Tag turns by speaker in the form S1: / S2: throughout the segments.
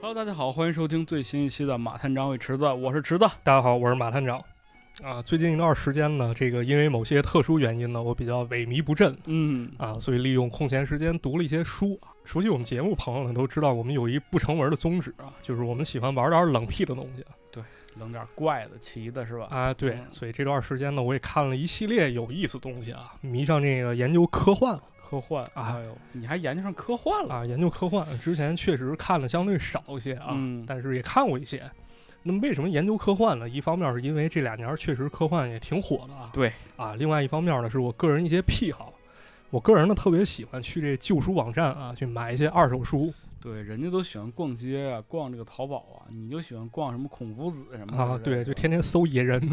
S1: Hello，大家好，欢迎收听最新一期的《马探长与池子》，我是池子。
S2: 大家好，我是马探长。啊，最近一段时间呢，这个因为某些特殊原因呢，我比较萎靡不振
S1: 嗯
S2: 啊，所以利用空闲时间读了一些书。啊熟悉我们节目朋友呢都知道，我们有一不成文的宗旨啊，就是我们喜欢玩点冷僻的东西
S1: 整点怪的、奇的，是吧？
S2: 啊。对
S1: 嗯，
S2: 所以这段时间呢，我也看了一系列有意思的东西啊，迷上这个研究科幻了
S1: 科幻，
S2: 啊
S1: 哎呦，你还研究上科幻了？
S2: 啊。研究科幻之前确实看的相对少一些啊，
S1: 嗯
S2: 但是也看过一些。那么为什么研究科幻呢？一方面是因为这两年确实科幻也挺火的啊，
S1: 对
S2: 啊，另外一方面呢是我个人一些癖好，我个人呢特别喜欢去这旧书网站啊去买一些二手书
S1: 对，人家都喜欢逛街啊，逛这个淘宝啊，你就喜欢逛什么孔夫子什么的
S2: 啊，对，就天天搜野人。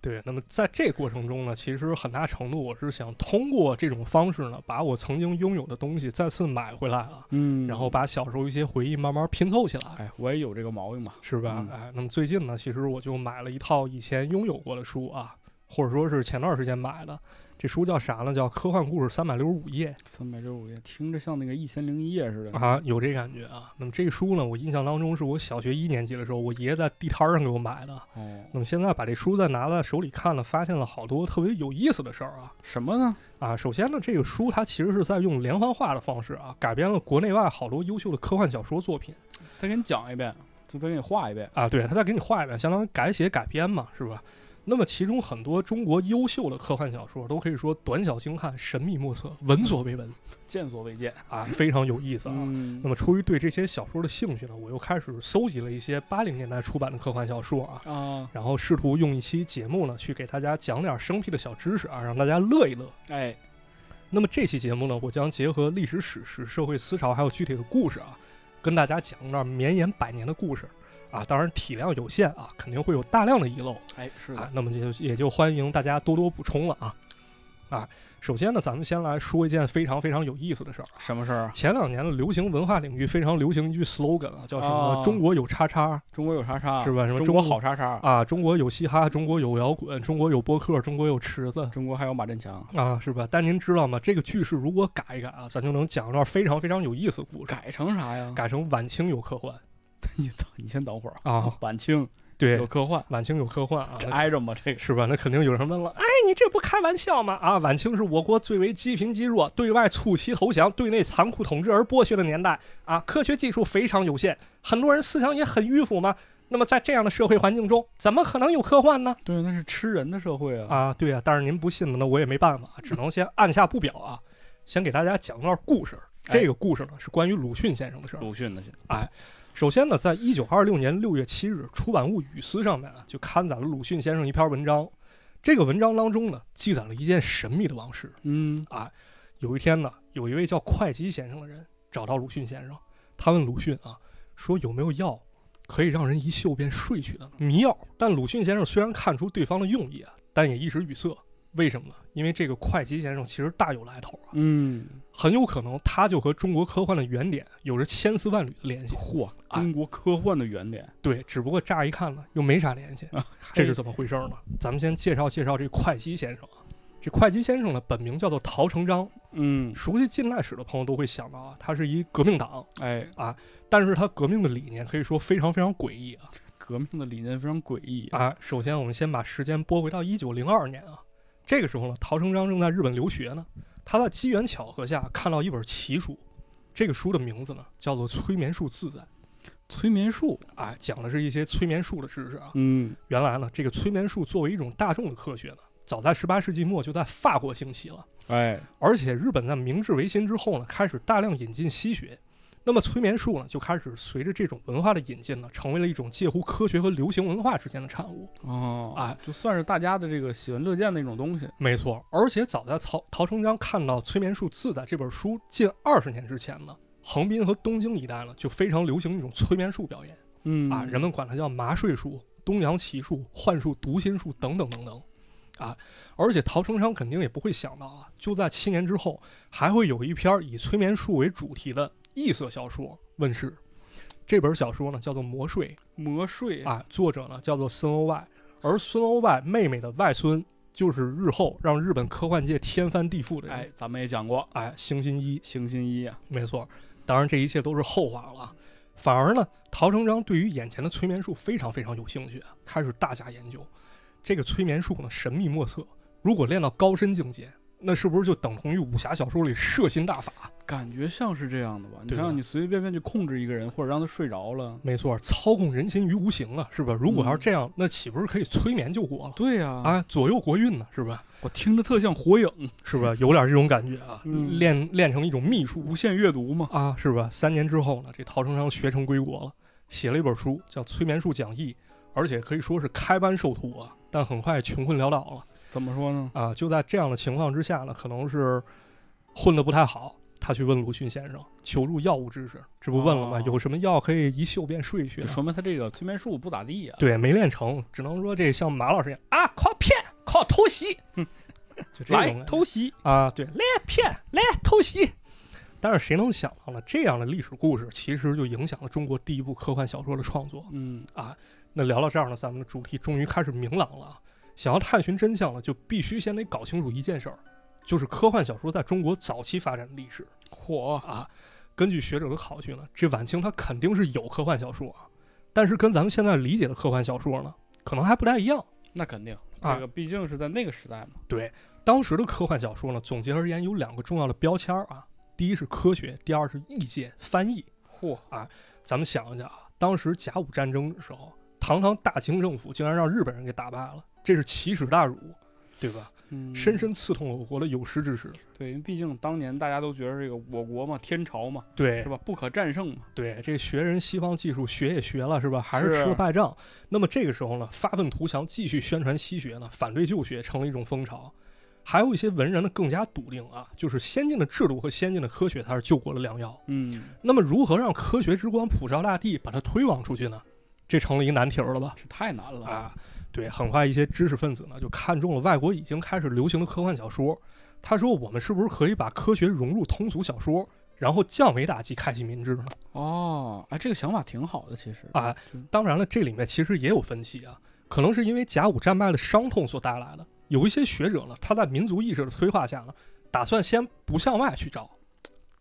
S2: 对，那么在这过程中呢，其实很大程度我是想通过这种方式呢，把我曾经拥有的东西再次买回来啊，
S1: 嗯，
S2: 然后把小时候一些回忆慢慢拼凑起来。
S1: 哎，我也有这个毛病嘛，
S2: 是吧
S1: 嗯？
S2: 哎，那么最近呢，其实我就买了一套以前拥有过的书啊，或者说是前段时间买的。这书叫啥呢？叫《科幻故事三百六十五夜
S1: 三百六十五夜，听着像那个一千零一夜似》的。
S2: 啊，有这感觉啊。那么这书呢，我印象当中是我小学一年级的时候，我爷爷在地摊儿上给我买的。
S1: 哦，
S2: 那么现在把这书再拿在手里看了，发现了好多特别有意思的事儿啊
S1: 什么呢？
S2: 啊！首先呢，这个书它其实是在用连环画的方式啊，改编了国内外好多优秀的科幻小说作品
S1: 再给你讲一遍，就再给你画一遍。
S2: 啊。对，它再给你画一遍，相当于改写改编嘛，是吧？那么其中很多中国优秀的科幻小说都可以说短小精悍、神秘莫测、闻所未闻
S1: 见所未见。
S2: 啊，非常有意思啊。
S1: 嗯
S2: 那么出于对这些小说的兴趣呢，我又开始搜集了一些八零年代出版的科幻小说啊，
S1: 啊，
S2: 然后试图用一期节目呢去给大家讲点生僻的小知识啊，让大家乐一乐。
S1: 哎，
S2: 那么这期节目呢，我将结合历史史实、社会思潮还有具体的故事啊，跟大家讲一段绵延百年的故事啊，当然体量有限啊，肯定会有大量的遗漏
S1: 哎，是
S2: 啊
S1: 的，，
S2: 那么就也就欢迎大家多多补充了啊啊。首先呢，咱们先来说一件非常非常有意思的事儿。
S1: 什么事儿啊？
S2: 前两年的流行文化领域非常流行一句 slogan 啊，叫什么
S1: 哦
S2: “中国有叉叉
S1: 中国有叉叉”，
S2: 是吧？什么
S1: 中国好叉叉，
S2: 啊，中国有嘻哈，中国有摇滚，中国有播客，中国有池子
S1: 中国还有马振强，
S2: 啊，是吧？但您知道吗？这个句式如果改一改啊，咱就能讲一段非常非常有意思的故事，
S1: 改成啥呀？
S2: 改成晚清有科幻
S1: 你等，你先等会儿啊。
S2: 啊，
S1: 晚清有
S2: 对，
S1: 科幻，
S2: 晚清有科幻啊。
S1: 这哎
S2: 那
S1: 挨着吗？这个
S2: 是吧？那肯定有人问了，哎，你这不开玩笑吗？啊，晚清是我国最为积贫积弱、对外促膝投降、对内残酷统治而剥削的年代啊，科学技术非常有限，很多人思想也很迂腐嘛。那么在这样的社会环境中，怎么可能有科幻呢？
S1: 对，那是吃人的社会啊。
S2: 啊，对呀、但是您不信了，那我也没办法，只能先按下不表啊，先给大家讲段故事。
S1: 哎
S2: 这个故事呢是关于鲁迅先生的事儿。
S1: 鲁迅的去，
S2: 首先呢，在一九二六年六月七日，《出版物语丝》上面啊就刊载了鲁迅先生一篇文章。这个文章当中呢，记载了一件神秘的往事。
S1: 嗯，
S2: 有一天呢，有一位叫会稽先生的人找到鲁迅先生，他问鲁迅啊，说有没有药可以让人一宿便睡去的迷药？但鲁迅先生虽然看出对方的用意啊，但也一时语塞。为什么呢？因为这个会稽先生其实大有来头啊，
S1: 嗯，
S2: 很有可能他就和中国科幻的原点有着千丝万缕的联系。
S1: 嚯，啊
S2: 哎
S1: 中国科幻的原点，
S2: 对，只不过乍一看呢，又没啥联系，这是怎么回事呢？咱们先介绍介绍这会稽先生啊。这会稽先生呢，本名叫做陶成章，
S1: 嗯，
S2: 熟悉近代史的朋友都会想到啊，他是一革命党，
S1: 哎，
S2: 但是他革命的理念可以说非常非常诡异啊
S1: 革命的理念非常诡异。
S2: 啊！首先，我们先把时间拨回到一九零二年啊，这个时候呢，陶成章正在日本留学呢，他在机缘巧合下看到一本奇书，这个书的名字呢叫做《催眠术自在》，
S1: 催眠术，
S2: 啊，讲的是一些催眠术的知识啊。
S1: 嗯，
S2: 原来呢，这个催眠术作为一种大众的科学呢，早在18世纪末就在法国兴起了，
S1: 哎，
S2: 而且日本在明治维新之后呢，开始大量引进西学。那么催眠术呢，就开始随着这种文化的引进呢，成为了一种介乎科学和流行文化之间的产物。
S1: 哦，
S2: 哎，
S1: 就算是大家的这个喜闻乐见的一种东西。
S2: 没错，而且早在曹陶成章看到《催眠术自在》这本书近二十年之前呢，横滨和东京一带呢就非常流行一种催眠术表演
S1: 嗯
S2: 啊，人们管它叫麻睡术、东洋奇术、幻术、读心术等等等等。啊，而且陶成章肯定也不会想到啊，就在七年之后，还会有一篇以催眠术为主题的异色小说问世。这本小说呢叫做《魔睡》，
S1: 魔睡，
S2: 啊，作者呢叫做孙欧外，而孙欧外妹妹的外孙就是日后让日本科幻界天翻地覆的人，
S1: 哎，咱们也讲过
S2: 哎，星星一，
S1: 星星一啊，
S2: 没错。当然，这一切都是后话了啊。反而呢，陶成章对于眼前的催眠术非常非常有兴趣，开始大加研究。这个催眠术呢，神秘莫测。如果练到高深境界，那是不是就等同于武侠小说里摄心大法？
S1: 感觉像是这样的吧？你
S2: 对
S1: 想
S2: 吧
S1: 想，你随随便便去控制一个人，或者让他睡着了，
S2: 没错，操控人心于无形啊，是吧？如果要是
S1: 嗯
S2: 这样，那岂不是可以催眠救国了？
S1: 对呀、啊，
S2: 啊，左右国运呢，是吧？
S1: 我听着特像火影，
S2: 是吧？有点这种感觉啊，
S1: 嗯
S2: 练练成一种秘术
S1: 无限阅读嘛。
S2: 啊，是吧？三年之后呢，这陶成章学成归国了，写了一本书叫《催眠术讲义》，而且可以说是开班授徒啊。但很快穷困潦倒了
S1: 怎么说呢？
S2: 啊，就在这样的情况之下呢，可能是混得不太好，他去问鲁迅先生求助药物知识，这不问了吗？
S1: 哦
S2: 有什么药可以一嗅便睡去、
S1: 就
S2: 啊？
S1: 说明他这个催眠术不咋地呀、
S2: 对，没练成，只能说这像马老师一样啊，靠骗，靠偷袭， 就这种
S1: 嗯来
S2: 感觉
S1: 偷袭，
S2: 啊，对，来骗，来偷袭。但是谁能想到呢？这样的历史故事其实就影响了中国第一部科幻小说的创作。
S1: 嗯，
S2: 那聊到这儿呢，咱们的主题终于开始明朗了啊。想要探寻真相呢，就必须先得搞清楚一件事儿，就是科幻小说在中国早期发展的历史。
S1: 嚯，
S2: 啊，根据学者的考据呢，这晚清它肯定是有科幻小说啊，但是跟咱们现在理解的科幻小说呢，可能还不太一样。
S1: 那肯定，
S2: 啊
S1: 这个毕竟是在那个时代嘛。
S2: 当时的科幻小说呢，总结而言有两个重要的标签儿啊，第一是科学，第二是异界翻译。
S1: 嚯，
S2: 咱们想一下啊，当时甲午战争的时候，堂堂大清政府竟然让日本人给打败了，这是奇耻大辱，对吧？
S1: 嗯，
S2: 深深刺痛了我国的有识之士。
S1: 对，因为毕竟当年大家都觉得这个我国嘛，天朝嘛，
S2: 对
S1: 是吧，不可战胜嘛。
S2: 对，这学人西方技术学也学了是吧？还是
S1: 是
S2: 吃了败仗。那么这个时候呢，发愤图强，继续宣传西学呢，反对旧学成了一种风潮。还有一些文人呢更加笃定啊，就是先进的制度和先进的科学才是救国的良药。
S1: 嗯，
S2: 那么如何让科学之光普照大地，把它推广出去呢？这成了一个难题儿了吧？
S1: 这太难了。
S2: 啊，对，很快一些知识分子呢就看中了外国已经开始流行的科幻小说。他说：“我们是不是可以把科学融入通俗小说，然后降维打击，开启民智呢？”
S1: 哦，哎，这个想法挺好的，其实
S2: 啊
S1: 就
S2: 当然了，这里面其实也有分歧啊，可能是因为甲午战败的伤痛所带来的。有一些学者呢，他在民族意识的催化下呢，打算先不向外去找，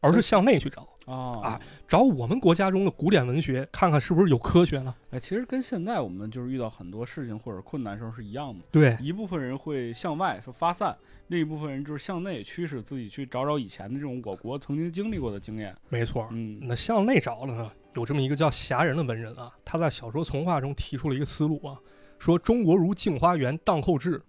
S2: 而是向内去找，
S1: 哦
S2: 啊找我们国家中的古典文学，看看是不是有科学呢？
S1: 哎，其实跟现在我们就是遇到很多事情或者困难时候是一样的，
S2: 对
S1: 一部分人会向外说发散，另一部分人就是向内驱使自己去找找以前的这种我国曾经经历过的经验。
S2: 没错。
S1: 嗯，
S2: 那向内找了呢，有这么一个叫侠人的文人啊，他在小说从化中提出了一个思路啊，说中国如镜花缘荡寇志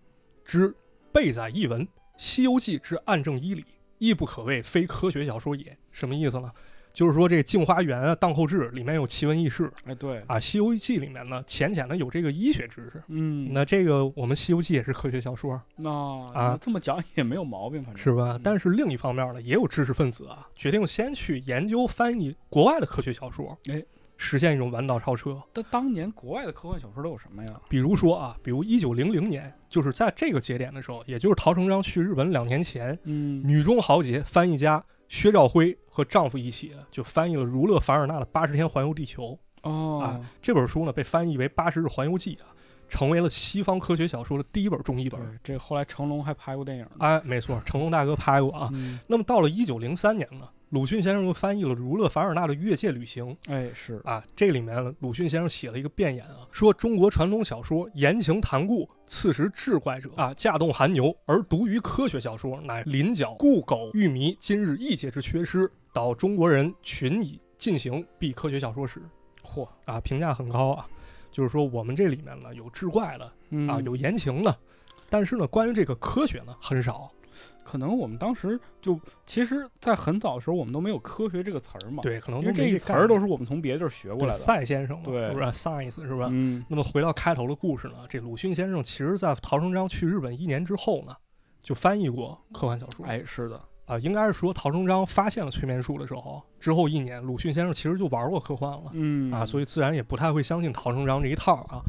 S2: 之备载一文，《西游记》之暗证一理，亦不可谓非科学小说也。什么意思呢？就是说这《镜花缘》啊，《荡寇志》里面有奇闻异事
S1: 哎，对，
S2: 啊，《西游记》里面呢浅浅的有这个医学知识。
S1: 嗯，
S2: 那这个我们《西游记》也是科学小说，
S1: 那
S2: 啊
S1: 那这么讲也没有毛病，反正
S2: 是吧
S1: 嗯？
S2: 但是另一方面呢，也有知识分子啊，决定先去研究翻译国外的科学小说，
S1: 哎，
S2: 实现一种弯道超车。
S1: 但当年国外的科幻小说都有什么呀？
S2: 比如说啊，比如一九零零年，就是在这个节点的时候，也就是陶成章去日本两年前，
S1: 嗯，
S2: 女中豪杰翻译家薛兆辉和丈夫一起啊就翻译了儒勒·凡尔纳的《八十天环游地球》
S1: 哦
S2: 啊，这本书呢，被翻译为《八十日环游记》啊，成为了西方科学小说的第一本中译
S1: 对
S2: 本。，
S1: 这后来成龙还拍过电影呢。
S2: 哎，没错，成龙大哥拍过啊。
S1: 嗯，
S2: 那么到了一九零三年呢，鲁迅先生又翻译了儒勒·凡尔纳的《越界旅行》
S1: 哎，是，
S2: 啊，这里面呢鲁迅先生写了一个辩言啊，说中国传统小说言情谈故，刺实志怪者啊，架动寒牛，而独于科学小说，乃临剿故狗欲迷，今日异界之缺失，导中国人群以进行必科学小说史
S1: 嚯，
S2: 啊，评价很高啊，就是说我们这里面呢有志怪的
S1: 嗯
S2: 啊，有言情的，但是呢关于这个科学呢很少，
S1: 可能我们当时就其实，在很早的时候，我们都没有科学这个词儿嘛。，
S2: 对，可能
S1: 因为
S2: 都没
S1: 这
S2: 个
S1: 词儿
S2: 概
S1: 都
S2: 念
S1: 是我们从别的地儿学过
S2: 对啊
S1: 来的。
S2: 赛先生嘛，
S1: 对
S2: 是不是 science 是吧？
S1: 嗯，
S2: 那么回到开头的故事呢，这鲁迅先生其实在陶成章去日本一年之后呢，就翻译过科幻小说。
S1: 哎，是的，
S2: 啊，应该是说陶成章发现了催眠术的时候，之后一年，鲁迅先生其实就玩过科幻了、
S1: 嗯
S2: 啊，所
S1: 以
S2: 以自然也不太会相信陶成章这一套啊。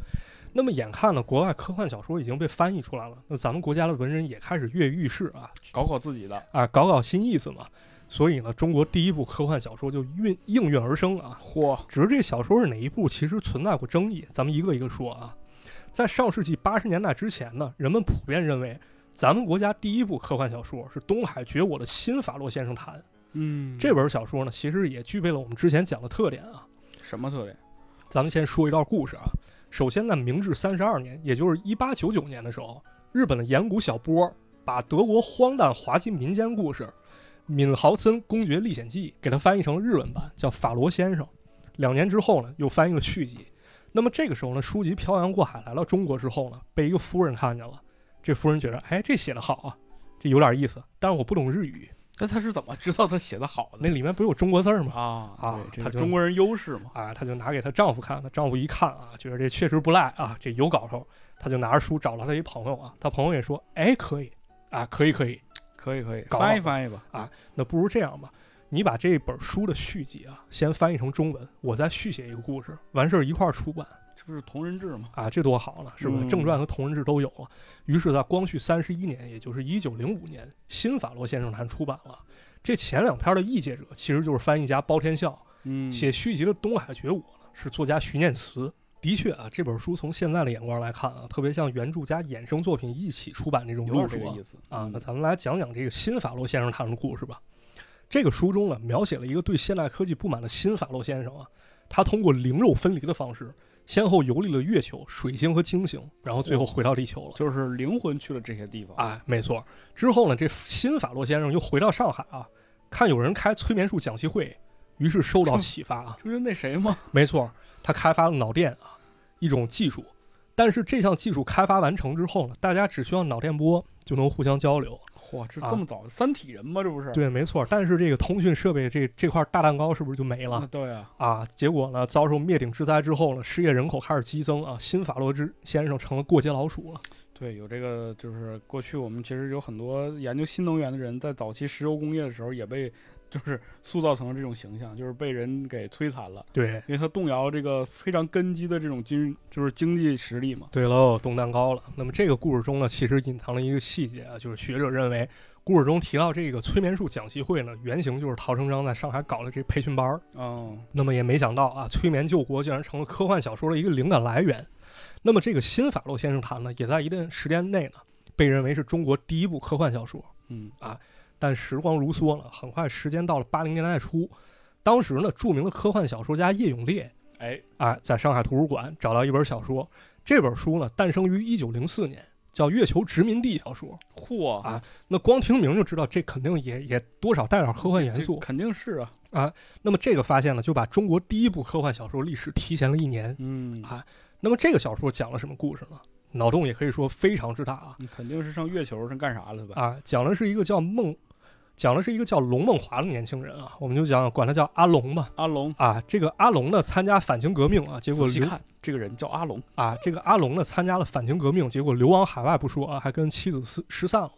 S2: 那么眼看呢，国外科幻小说已经被翻译出来了，那咱们国家的文人也开始跃跃欲试啊
S1: 搞搞自己的。
S2: 啊，搞搞新意思嘛。所以呢，中国第一部科幻小说就应应运而生啊，
S1: 嚯，
S2: 只是这小说是哪一部，其实存在过争议，咱们一个一个说啊。在上世纪八十年代之前呢，人们普遍认为，咱们国家第一部科幻小说是东海觉悟的新法洛先生谈。
S1: 嗯
S2: 这本小说呢，其实也具备了我们之前讲的特点啊，
S1: 什么特点？
S2: 咱们先说一段故事啊。首先，在明治三十二年，也就是一八九九年的时候，日本的岩谷小波把德国荒诞滑稽民间故事《闵豪森公爵历险记》给它翻译成日文版，叫《法罗先生》。两年之后呢，又翻译了续集。那么这个时候呢，书籍漂洋过海来到中国之后呢，被一个夫人看见了。这夫人觉得，哎，这写的好啊，这有点意思。但是我不懂日语，
S1: 那他是怎么知道他写的好的
S2: 那里面不是有中国字儿吗？
S1: 啊？
S2: 啊
S1: 对，这
S2: 他
S1: 是
S2: 就
S1: 中国人优势嘛。
S2: 啊，她就拿给她丈夫看，她丈夫一看啊，觉得这确实不赖啊，这有搞头，她就拿着书找了她一朋友啊，她朋友也说，哎，可以啊，可以可以，
S1: 可以可以，
S2: 搞
S1: 翻译翻译吧。
S2: 那不如这样吧，你把这本书的续集啊，先翻译成中文，我再续写一个故事，完事儿一块儿出版
S1: 这不是同人志吗？
S2: 啊，这多好了，是不是？
S1: 嗯
S2: 正传和同人志都有了。于是，在光绪三十一年，也就是一九零五年，新法罗先生谈出版了。这前两篇的译介者其实就是翻译家包天笑，
S1: 嗯，
S2: 写续集的《东海觉悟》呢，是作家徐念慈。的确啊，这本书从现在的眼光来看啊，特别像原著加衍生作品一起出版这种
S1: 有
S2: 路
S1: 点这
S2: 数
S1: 个
S2: 啊
S1: 意思嗯
S2: 啊。那咱们来讲讲这个新法洛先生他们的故事吧。这个书中呢，描写了一个对现代科技不满的新法洛先生啊，他通过灵肉分离的方式，先后游历了月球、水星和金星，然后最后回到地球了。
S1: 就是灵魂去了这些地方。
S2: 哎，没错。之后呢，这新法洛先生又回到上海啊，看有人开催眠术讲习会，于是受到启发啊，
S1: 这不是那谁吗？
S2: 没错，他开发了脑电啊，一种技术。但是这项技术开发完成之后呢，大家只需要脑电波就能互相交流。
S1: 嚯，这
S2: 啊
S1: 这么早，三体人吗？这不是？
S2: 对，没错。但是这个通讯设备这这块大蛋糕是不是就没
S1: 那
S2: 了
S1: 对啊，
S2: 啊？结果呢，遭受灭顶之灾之后呢，失业人口开始激增啊，新法罗之先生成了过街老鼠了。
S1: 对，有这个就是过去我们其实有很多研究新能源的人，在早期石油工业的时候也被就是塑造成了这种形象，就是被人给摧残了，
S2: 对，
S1: 因为他动摇这个非常根基的这种经就是经济实力嘛。
S2: 对喽，冻蛋糕了。那么这个故事中呢，其实隐藏了一个细节啊，就是学者认为故事中提到这个催眠术讲习会呢，原型就是陶成章在上海搞的这培训班儿。
S1: 嗯，
S2: 那么也没想到啊，催眠救国竟然成了科幻小说的一个灵感来源。那么这个新法洛先生谈呢，也在一定时间内呢，被认为是中国第一部科幻小说。
S1: 嗯
S2: 但时光如梭呢，很快时间到了八零年代初，当时呢，著名的科幻小说家叶永烈，
S1: 哎，
S2: 哎，在上海图书馆找到一本小说，这本书呢，诞生于一九零四年，叫《月球殖民地》小说。
S1: 嚯
S2: 啊那光听名就知道，这肯定也也多少带点科幻元
S1: 这
S2: 素。
S1: 肯定是啊。
S2: 那么这个发现呢，就把中国第一部科幻小说历史提前了一年。
S1: 嗯
S2: 啊那么这个小说讲了什么故事呢？脑洞也可以说非常之大啊
S1: 你肯定是上月球上干啥了吧？
S2: 啊！讲的是一个叫孟，讲的是一个叫龙梦华的年轻人啊，我们就讲管他叫阿龙吧
S1: 阿龙，
S2: 啊。这个阿龙呢参加反清革命啊，结果
S1: 仔细
S2: 流
S1: 看，这个人叫阿龙，
S2: 啊，这个阿龙呢参加了反清革命，结果流亡海外不说啊，还跟妻子失失散了。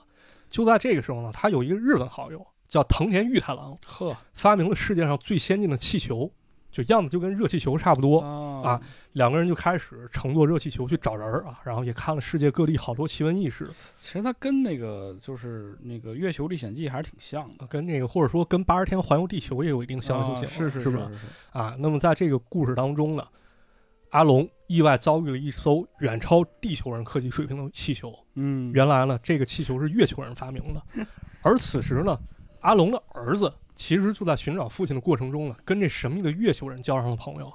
S2: 就在这个时候呢，他有一个日本好友叫藤田裕太郎，
S1: 呵
S2: 发明了世界上最先进的气球，就样子就跟热气球差不多。
S1: 啊
S2: 啊，两个人就开始乘坐热气球去找人儿啊，然后也看了世界各地好多奇闻异事，
S1: 其实他跟那个就是那个《月球历险记》还是挺像的，
S2: 呃跟那个或者说跟八十天环游地球也有一定相似性
S1: 啊
S2: 了，
S1: 是
S2: 是
S1: 是
S2: 吧？啊，那么在这个故事当中呢，阿龙意外遭遇了一艘远超地球人科技水平的气球，
S1: 嗯，
S2: 原来呢，这个气球是月球人发明的，而此时呢，阿龙的儿子其实就在寻找父亲的过程中呢，跟这神秘的月球人交上了朋友。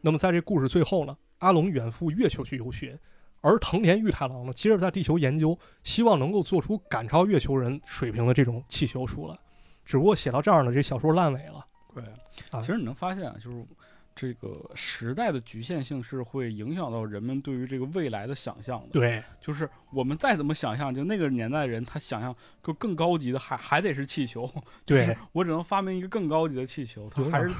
S2: 那么在这故事最后呢，阿龙远赴月球去游学，而藤田裕太郎呢，接着在地球研究，希望能够做出赶超月球人水平的这种气球出来。只不过写到这儿呢，这小说烂尾了。
S1: 对
S2: 啊
S1: 其实你能发现啊，就是这个时代的局限性是会影响到人们对于这个未来的想象的。，
S2: 对
S1: 就是我们再怎么想象，就那个年代的人，他想象就更高级的还还得是气球。
S2: 对，
S1: 我只能发明一个更高级的气球，他
S2: 有点
S1: 还是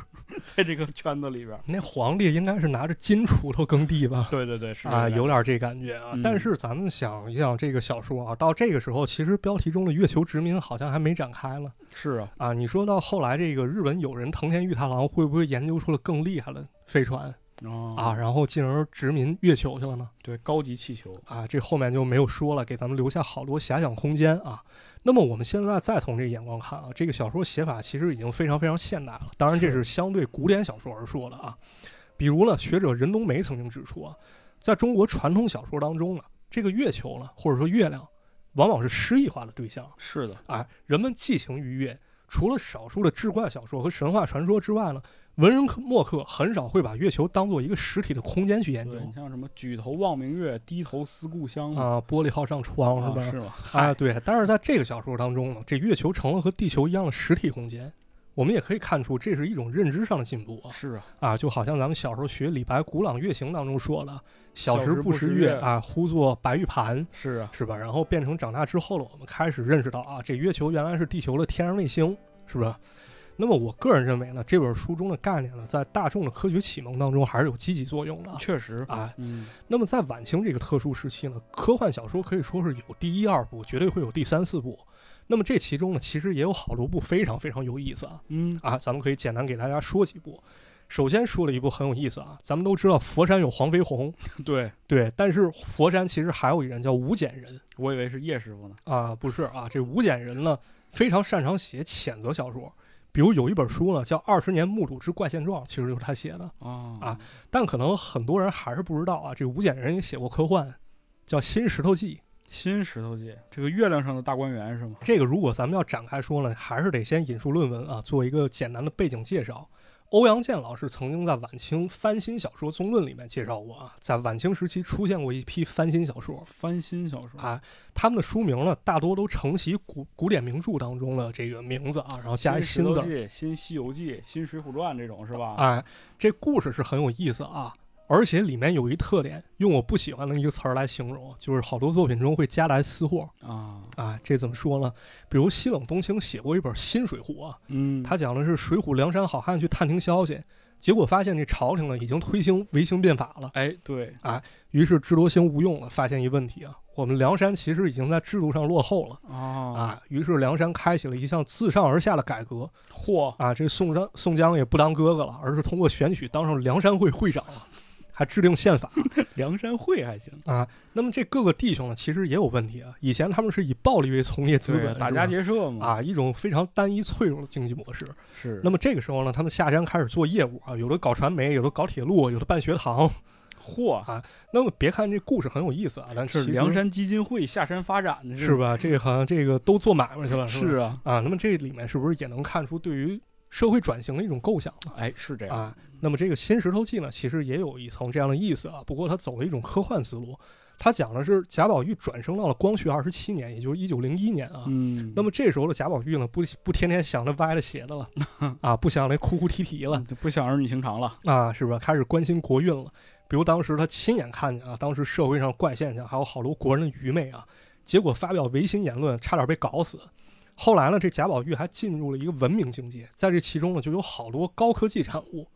S1: 在这个圈子里边儿。
S2: 那皇帝应该是拿着金锄头耕地吧？
S1: 对对对，是
S2: 啊，
S1: 这样
S2: 有点这感觉啊。
S1: 嗯
S2: 但是咱们想一想这个小说啊，到这个时候，其实标题中的月球殖民好像还没展开呢
S1: 是啊，
S2: 啊。你说到后来，这个日本友人藤田裕太郎会不会研究出了更厉害的飞船
S1: 哦
S2: 啊，然后进而殖民月球去了呢？
S1: 对高级气球，
S2: 啊，这后面就没有说了，给咱们留下好多遐想空间啊。那么我们现在再从这个眼光看啊，这个小说写法其实已经非常非常现代了，当然这
S1: 是
S2: 是相对古典小说而说的啊。比如呢，学者任冬梅曾经指出啊，在中国传统小说当中呢，这个月球呢，或者说月亮，往往是诗意化的对象。
S1: 是的，
S2: 啊，人们寄情于月，除了少数的志怪小说和神话传说之外呢，文人科墨客很少会把月球当做一个实体的空间去研究
S1: 对你像什么举头望明月，低头思故乡嘛，
S2: 啊，玻璃号上窗
S1: 啊
S2: 是吧？
S1: 是吧？
S2: 啊，
S1: 嗨，
S2: 对。但是在这个小说当中呢，这月球成了和地球一样的实体空间。我们也可以看出，这是一种认知上的进步啊！
S1: 是啊，
S2: 啊，就好像咱们小时候学李白《古朗月行》当中说了“小
S1: 小
S2: 时
S1: 时
S2: 不
S1: 不
S2: 识
S1: 识
S2: 月
S1: 月
S2: 啊，呼作白玉盘
S1: 是”，啊，
S2: 是吧？然后变成长大之后了，我们开始认识到啊，这月球原来是地球的天然卫星，是不是？那么我个人认为呢，这本书中的概念呢，在大众的科学启蒙当中还是有积极作用的啊。
S1: 确实
S2: 啊，
S1: 嗯，
S2: 那么在晚清这个特殊时期呢，科幻小说可以说是有第一、二部，绝对会有第三、四部。那么这其中呢，其实也有好多部非常非常有意思啊
S1: 嗯，
S2: 啊，咱们可以简单给大家说几部。首先说了一部很有意思啊，咱们都知道佛山有黄飞鸿，
S1: 对，
S2: 对，但是佛山其实还有一人叫吴简人
S1: 我以为是叶师傅呢，
S2: 啊，不是啊，这吴简人呢非常擅长写谴责小说，比如有一本书呢叫《二十年墓主之怪现状》，其实就是他写的。
S1: 啊
S2: 啊，但可能很多人还是不知道啊，这吴简人也写过科幻，叫《新石头记》。
S1: 新石头记，这个月亮上的大观园是吗？
S2: 这个如果咱们要展开说呢，还是得先引述论文啊，做一个简单的背景介绍。欧阳健老师曾经在晚清翻新小说综论里面介绍过啊，在晚清时期出现过一批翻新小说
S1: 翻新小说，
S2: 啊，他们的书名呢大多都承袭古古典名著当中的这个名字啊，然后加一
S1: 新
S2: 新
S1: 石
S2: 字
S1: 头
S2: 儿。
S1: 记、新西游记、新水浒传这种是吧？
S2: 哎，这故事是很有意思啊，而且里面有一特点，用我不喜欢的一个词儿来形容，就是好多作品中会夹带私货
S1: 啊，
S2: 啊。这怎么说呢？比如西冷东青写过一本《新水浒》啊，
S1: 嗯，
S2: 他讲的是水浒梁山好汉去探听消息，结果发现这朝廷呢已经推行维新变法了，
S1: 哎，对，
S2: 于是智多星吴用了发现一问题啊，我们梁山其实已经在制度上落后了。
S1: 啊，
S2: 啊，于是梁山开启了一项自上而下的改革，
S1: 嚯，
S2: 啊，这宋江宋江也不当哥哥了，而是通过选举当上梁山会会长了，还制定宪法
S1: 梁山会还行，
S2: 啊。那么这各个弟兄呢，其实也有问题啊。以前他们是以暴力为从业资
S1: 对，
S2: 本，
S1: 打
S2: 是
S1: 家
S2: 吧
S1: 劫舍嘛，
S2: 啊，一种非常单一脆弱的经济模式。
S1: 嗯是。
S2: 那么这个时候呢，他们下山开始做业务啊，有的搞传媒，有的搞铁路，有的办学堂。
S1: 嚯，
S2: 那么别看这故事很有意思啊，但
S1: 是
S2: 是
S1: 梁山基金会下山发展的
S2: 是
S1: 吧？
S2: 吧？这个好像这个都做买卖去了，吧
S1: 是啊，
S2: 啊。那么这里面是不是也能看出对于社会转型的一种构想呢？
S1: 哎，是这样。
S2: 啊。那么这个新石头记呢，其实也有一层这样的意思啊，不过它走了一种科幻思路，它讲的是贾宝玉转生到了光绪二十七年，也就是一九零一年啊。
S1: 嗯，
S2: 那么这时候的贾宝玉呢，不不天天想着歪的斜的了，啊，不想那哭哭啼啼了
S1: 嗯就不想儿女情长了。
S2: 啊，是吧？开始关心国运了。比如当时他亲眼看见啊，当时社会上怪现象，还有好多国人的愚昧啊，结果发表违心言论，差点被搞死。后来呢，这贾宝玉还进入了一个文明境界，在这其中呢，就有好多高科技产物，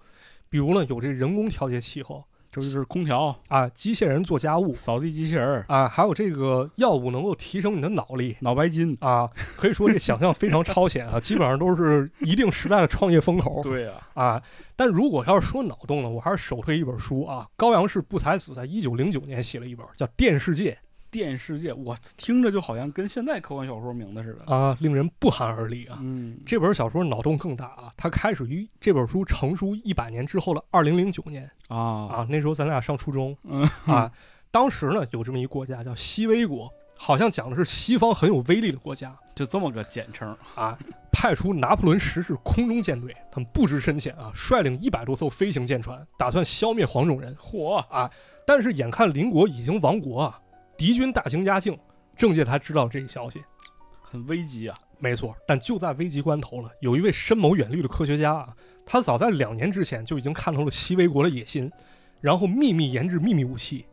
S2: 比如呢有这人工调节气候
S1: 这就是空调、
S2: 啊，机械人做家务
S1: 扫地机器人儿、
S2: 啊，还有这个药物能够提升你的脑力
S1: 脑白金。
S2: 啊，可以说这想象非常超前啊，基本上都是一定时代的创业风口。
S1: 对啊，
S2: 啊，但如果要是说脑洞呢，我还是首推一本书啊，高阳市不才子在一九零九年写了一本叫《电世界
S1: 电世界，我听着就好像跟现在科幻小说名字似》的。
S2: 啊，令人不寒而栗啊。
S1: 嗯，
S2: 这本小说脑洞更大啊，它开始于这本书成书一百年之后的二零零九年
S1: 啊，
S2: 啊，那时候咱俩上初中
S1: 嗯
S2: 啊，当时呢有这么一国家叫西威国，好像讲的是西方很有威力的国家
S1: 就这么个简称。
S2: 啊。派出拿破仑十世空中舰队，他们不知深浅啊，率领一百多艘飞行舰船，打算消灭黄种人。啊
S1: 嚯，
S2: 但是眼看邻国已经亡国啊，敌军大行压境，政界才知道这一消息。
S1: 很危急啊！
S2: 没错，但就在危急关头了，有一位深谋远虑的科学家啊，他早在两年之前就已经看透了西维国的野心，然后秘密研制秘密武器。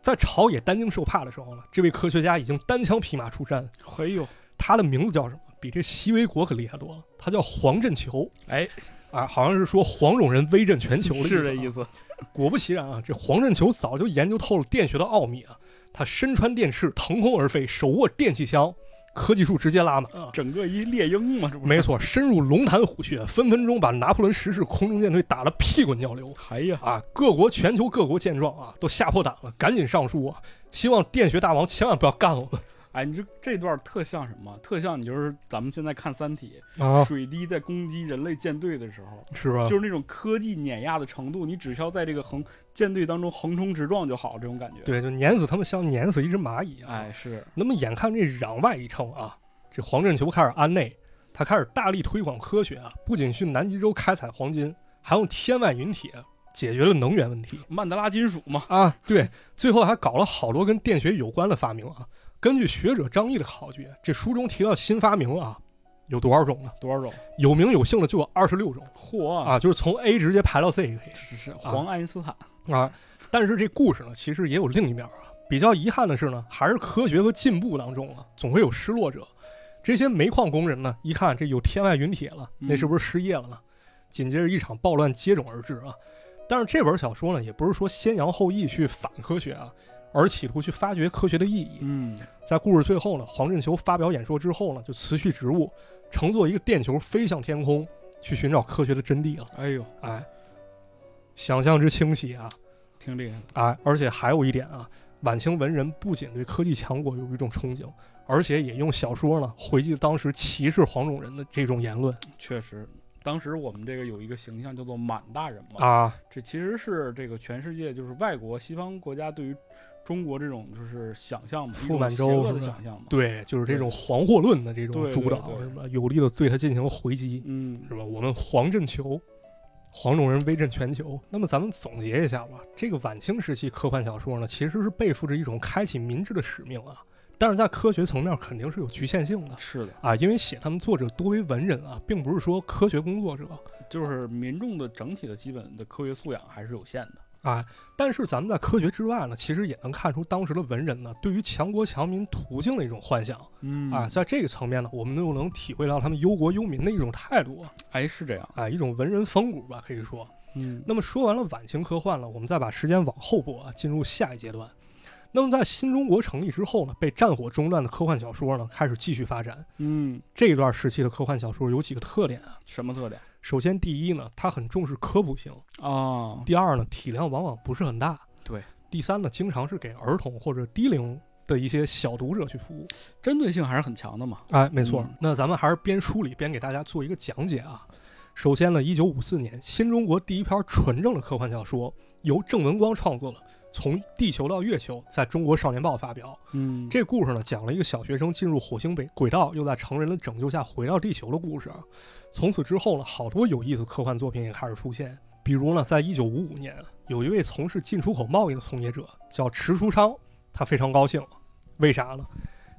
S2: 在朝野担惊受怕的时候呢，这位科学家已经单枪匹马出战，
S1: 哎呦，
S2: 他的名字叫什么？比这西维国可厉害多了，他叫黄振球
S1: 哎，
S2: 啊，好像是说黄种人威震全球的
S1: 是这
S2: 思啊
S1: 意。思。
S2: 果不其然啊，这黄振球早就研究透了电学的奥秘啊，他身穿电翅，腾空而飞，手握电气枪，科技树直接拉满啊。
S1: 整个一猎鹰嘛，这不是
S2: 没。错，深入龙潭虎穴，分分钟把拿破仑十世空中舰队打得屁滚尿流
S1: 哎呀，
S2: 啊！各国全球各国见状啊，都吓破胆了，赶紧上书啊，希望电学大王千万不要干我们
S1: 哎，你这这段特像什么？特像你就是咱们现在看《三体》，
S2: 啊，
S1: 水滴在攻击人类舰队的时候，
S2: 是吧？
S1: 就是那种科技碾压的程度，你只需要在这个横舰队当中横冲直撞就好，这种感觉。，
S2: 对，就碾死他们像碾死一只蚂蚁啊！
S1: 哎，是
S2: 那么眼看这攘外一称啊，这黄振球开始安内，他开始大力推广科学啊，不仅去南极洲开采黄金，还用天外云铁解决了能源问题
S1: 曼德拉金属嘛，
S2: 啊。对， 最后还搞了好多跟电学有关的发明啊。根据学者张毅的考据，这书中提到新发明啊有多少种呢？
S1: 多少种？
S2: 有名有姓的就有二十六种
S1: 嚯啊！
S2: 啊，就是从 A 直接排到 Z
S1: 这是黄爱因斯坦，
S2: 啊。但是这故事呢，其实也有另一面啊。比较遗憾的是呢，还是科学和进步当中啊，总会有失落者。这些煤矿工人呢，一看这有天外云铁了，
S1: 嗯
S2: 那是不是失业了呢？紧接着一场暴乱接踵而至啊。但是这本小说呢，也不是说先扬后抑去反科学啊，而企图去发掘科学的意义。
S1: 嗯，
S2: 在故事最后呢，黄振球发表演说之后呢，就辞去职务，乘坐一个电球飞向天空，去寻找科学的真谛了。
S1: 哎呦，
S2: 哎，想象之清晰啊！
S1: 挺厉害的，
S2: 哎，而且还有一点啊，晚清文人不仅对科技强国有一种憧憬，而且也用小说呢回击当时歧视黄种人的这种言论
S1: 确实。当时我们这个有一个形象叫做满大人嘛，
S2: 啊。
S1: 这其实是这个全世界就是外国西方国家对于中国这种就是想象嘛，
S2: 傅
S1: 一种
S2: 满
S1: 邪
S2: 洲
S1: 恶的
S2: 是吧
S1: 想象嘛，
S2: 对，就是这种黄祸论的这种
S1: 对
S2: 主导
S1: 对，对
S2: 是吧？有力的对他进行回击，
S1: 嗯，
S2: 是吧？我们黄振球，黄种人威震全球。那么咱们总结一下吧，这个晚清时期科幻小说呢，其实是背负着一种开启民智的使命啊，但是在科学层面肯定是有局限性的。
S1: 是的，
S2: 啊，因为写他们作者多为文人啊，并不是说科学工作者
S1: 就是民众的整体的基本的科学素养还是有限的。
S2: 啊。但是咱们在科学之外呢，其实也能看出当时的文人呢，对于强国强民途径的一种幻想
S1: 嗯
S2: 啊。在这个层面呢，我们又能体会到他们忧国忧民的一种态度啊
S1: 哎是这样，
S2: 啊，一种文人风骨吧，可以说。
S1: 嗯，
S2: 那么说完了晚清科幻了，我们再把时间往后拨啊，进入下一阶段。那么在新中国成立之后呢，被战火中断的科幻小说呢，开始继续发展。
S1: 嗯，
S2: 这一段时期的科幻小说有几个特点啊？
S1: 什么特点
S2: 首先，第一呢，它很重视科普性；
S1: 啊？
S2: 第二呢，体量往往不是很大；
S1: 对。
S2: 第三呢，经常是给儿童或者低龄的一些小读者去服务。
S1: 针对性还是很强的嘛。
S2: 哎，没错。
S1: 嗯
S2: 那咱们还是边梳理边给大家做一个讲解啊。首先呢，一九五四年，新中国第一篇纯正的科幻小说由郑文光创作了。从地球到月球，在中国少年报发表。
S1: 嗯，
S2: 这故事呢，讲了一个小学生进入火星轨轨道，又在成人的拯救下回到地球的故事。啊从此之后呢，好多有意思的科幻作品也开始出现。比如呢，在一九五五年，有一位从事进出口贸易的从业者叫迟书昌，他非常高兴，为啥呢？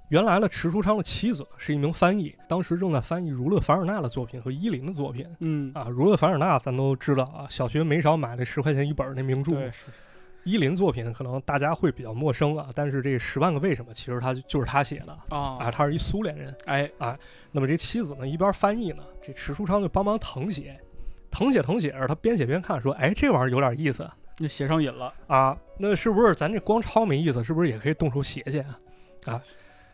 S2: 原来呢，迟书昌的妻子是一名翻译，当时正在翻译儒勒·凡尔纳的作品和伊林的作品
S1: 嗯，
S2: 啊。儒勒·凡尔纳咱都知道啊，小学没少买那十块钱一本儿那名著。
S1: 对，是
S2: 伊林作品可能大家会比较陌生啊，但是这《十万个为什么》其实他就就是他写的啊，
S1: 啊，
S2: 他是一苏联人。
S1: 哎，
S2: 那么这妻子呢，一边翻译呢，这迟书昌就帮忙誊写，誊写誊写着，他边写边看，说：“哎，这玩意儿有点意思
S1: 那写上瘾了，
S2: 啊，那是不是咱这光抄没意思？是不是也可以动手写写啊？”啊，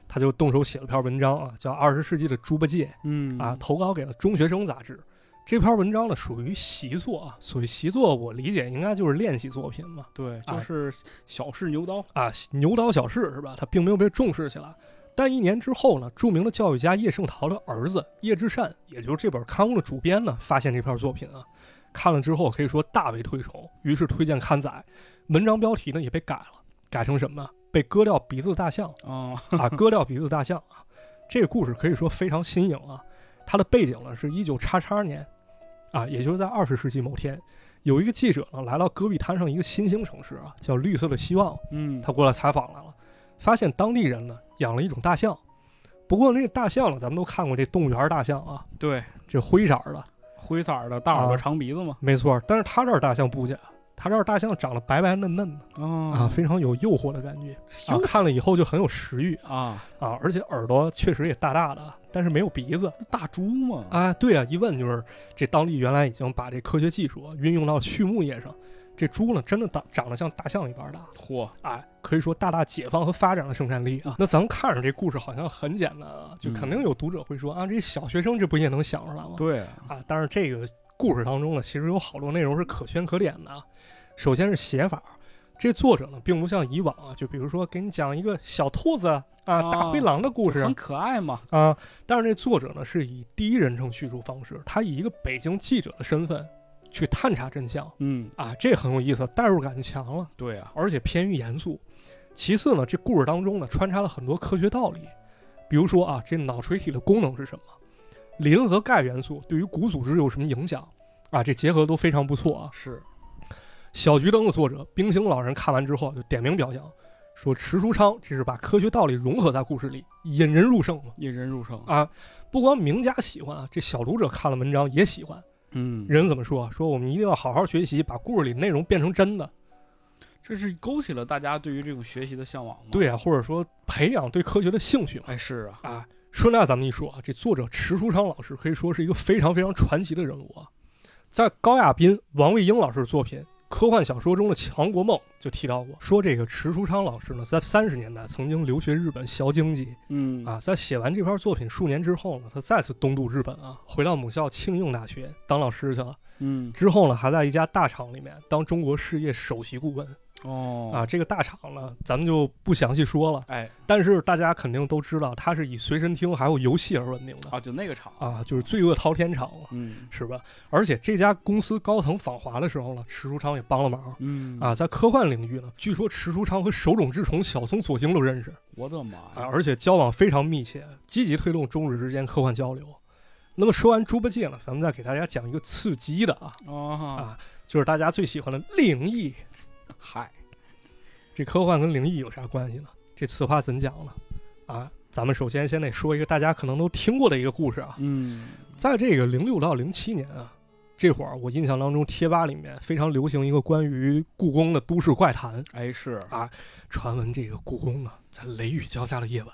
S2: 他就动手写了篇文章啊，叫《二十世纪的猪八戒》
S1: 嗯
S2: 啊，，投稿给了《中学生》杂志。这篇文章呢，属于习作啊，属于习作，我理解应该就是练习作品嘛。
S1: 对，
S2: 哎
S1: 就是小试牛刀，
S2: 啊，牛刀小试是吧？他并没有被重视起来。但一年之后呢，著名的教育家叶圣陶的儿子叶之善，也就是这本刊物的主编呢，发现这篇作品啊，看了之后可以说大为推崇，于是推荐刊载。文章标题呢也被改了，改成什么呢？被割掉鼻子的大象
S1: 啊，
S2: 啊，割掉鼻子的大象啊！这个故事可以说非常新颖啊。它的背景呢是一九叉叉年，啊，也就是在二十世纪某天，有一个记者呢来到戈壁滩上一个新兴城市啊，叫绿色的希望。
S1: 嗯，
S2: 他过来采访来了，发现当地人呢养了一种大象。不过那个大象呢，咱们都看过这动物园大象啊，
S1: 对，
S2: 这灰色儿的，
S1: 灰色儿的大耳朵
S2: 啊
S1: 长鼻子嘛，
S2: 没错儿。但是他这儿大象不假，他这儿大象长得白白嫩嫩的啊，
S1: 啊
S2: 非常有诱惑的感觉啊
S1: 哟，
S2: 看了以后就很有食欲
S1: 啊，
S2: 啊，而且耳朵确实也大大的，但是没有鼻子
S1: 大猪嘛，
S2: 啊。对啊，一问就是这当地原来已经把这科学技术啊运用到畜牧业上，这猪呢真的长长得像大象一般大。
S1: 嚯，
S2: 哎，可以说大大解放和发展了生产力
S1: 啊嗯
S2: 那咱们看着这故事好像很简单啊，就肯定有读者会说、啊，这小学生这不也能想出来吗？
S1: 对，
S2: 啊，但是这个故事当中呢，其实有好多内容是可圈可点的啊。首先是写法，这作者呢并不像以往啊，就比如说给你讲一个小兔子啊、大灰狼的故事
S1: 很可爱嘛，
S2: 啊，但是这作者呢是以第一人称叙述方式，他以一个北京记者的身份去探查真相
S1: 嗯，
S2: 啊，这很有意思，代入感就强了。
S1: 对啊，
S2: 而且偏于严肃。其次呢，这故事当中呢穿插了很多科学道理，比如说啊，这脑垂体的功能是什么？磷和钙元素对于骨组织有什么影响啊？这结合都非常不错啊。
S1: 是，
S2: 小桔灯的作者冰心老人看完之后就点名表扬，说迟书昌这是把科学道理融合在故事里，引人入胜嘛。
S1: 引人入胜。
S2: 啊，不光名家喜欢啊，这小读者看了文章也喜欢。
S1: 嗯，
S2: 人怎么说啊？说我们一定要好好学习，把故事里内容变成真的。
S1: 这是勾起了大家对于这种学习的向往嘛？，
S2: 对啊，或者说培养对科学的兴趣嘛。
S1: 哎，是啊，
S2: 啊，顺带咱们一说啊，这作者迟书昌老师可以说是一个非常非常传奇的人物啊。在高亚斌、王卫英老师的作品《科幻小说中的强国梦》就提到过，说这个迟书昌老师呢，在三十年代曾经留学日本学经济
S1: 嗯，
S2: 啊，在写完这篇作品数年之后呢，他再次东渡日本啊，回到母校庆应大学当老师去了。
S1: 嗯，
S2: 之后呢，还在一家大厂里面当中国事业首席顾问
S1: 哦，
S2: 啊。，这个大厂呢，咱们就不详细说了，
S1: 哎，
S2: 但是大家肯定都知道，它是以随身听还有游戏而闻名的
S1: 啊，就那个厂，
S2: 啊，就是罪恶滔天厂嘛，
S1: 嗯
S2: 是吧？而且这家公司高层访华的时候呢，池书昌也帮了忙
S1: 嗯，
S2: 啊。在科幻领域呢，据说池书昌和手冢治虫、小松左京都认识
S1: 我的妈
S2: 啊，
S1: 呀，
S2: 而且交往非常密切，积极推动中日之间科幻交流。那么说完猪八戒呢，咱们再给大家讲一个刺激的啊，
S1: 啊，
S2: 就是大家最喜欢的灵异。
S1: 嗨，
S2: 这科幻跟灵异有啥关系呢？这此话怎讲呢？啊，咱们首先先得说一个大家可能都听过的一个故事啊，
S1: 嗯，
S2: 在这个零六到零七年啊，这会儿我印象当中，贴吧里面非常流行一个关于故宫的都市怪谈。
S1: 哎，是，
S2: 传闻这个故宫啊，在雷雨交加的夜晚，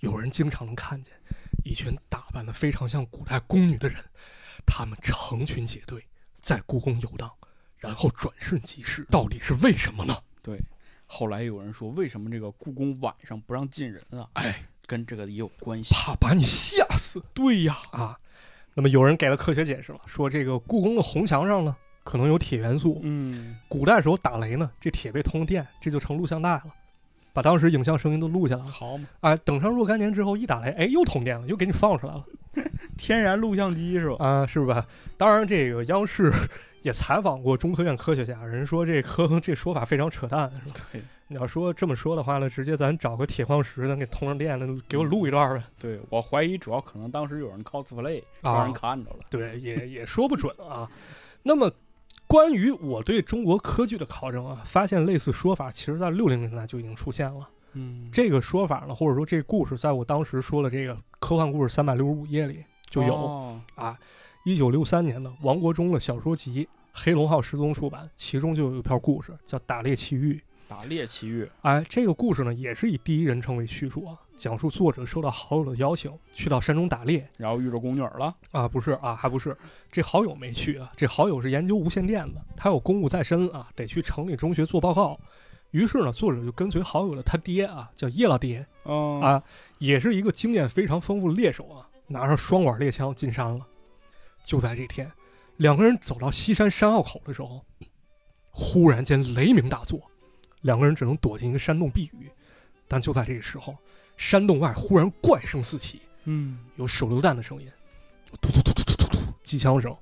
S2: 有人经常能看见一群打扮得非常像古代宫女的人，他们成群结队在故宫游荡，然后转瞬即逝。到底是为什么呢？
S1: 后来有人说，为什么这个故宫晚上不让进人啊？
S2: 哎，
S1: 跟这个也有关系。
S2: 怕把你吓死
S1: 对呀，
S2: 啊！那么有人给了科学解释了，说这个故宫的红墙上呢，可能有铁元素。
S1: 嗯，
S2: 古代时候打雷呢，这铁被通电，这就成录像带了，把当时影像声音都录下来了。
S1: 好嘛，
S2: 啊，等上若干年之后一打雷，哎，又通电了，又给你放出来了
S1: 天然录像机是吧？
S2: 啊，是吧？当然，这个央视 也采访过中科院科学家，人说这科 这说法非常扯淡，是吧？
S1: 对，
S2: 你要说这么说的话呢，直接咱找个铁矿石，咱给通上电了，给我录一段呗。
S1: 对我怀疑，主要可能当时有人 cosplay，
S2: 啊
S1: 让人看着了。
S2: 对，也也说不准啊。那么，关于我对中国科技的考证啊，发现类似说法，其实在六零年代就已经出现了。
S1: 嗯
S2: 这个说法呢，或者说这故事，在我当时说的这个科幻故事三百六十五页里就有、
S1: 哦
S2: 啊。一九六三年的王国忠的小说集《黑龙号失踪》出版，其中就有一篇故事叫《打猎奇遇》。
S1: 打猎奇遇，
S2: 哎，这个故事呢，也是以第一人称为叙述啊，讲述作者受到好友的邀请，去到山中打猎
S1: 然后遇着宫女儿了。
S2: 啊，不是啊，还不是，这好友没去啊，这好友是研究无线电的，他有公务在身啊，得去城里中学做报告。于是呢，作者就跟随好友的他爹啊，叫叶老爹，
S1: 嗯
S2: 啊也是一个经验非常丰富的猎手啊，拿上双管猎枪进山了。就在这天，两个人走到西山山坳口的时候，忽然间雷鸣大作，两个人只能躲进一个山洞避雨。但就在这个时候，山洞外忽然怪声四起，
S1: 嗯，
S2: 有手榴弹的声音，突突突突突突突，机枪声，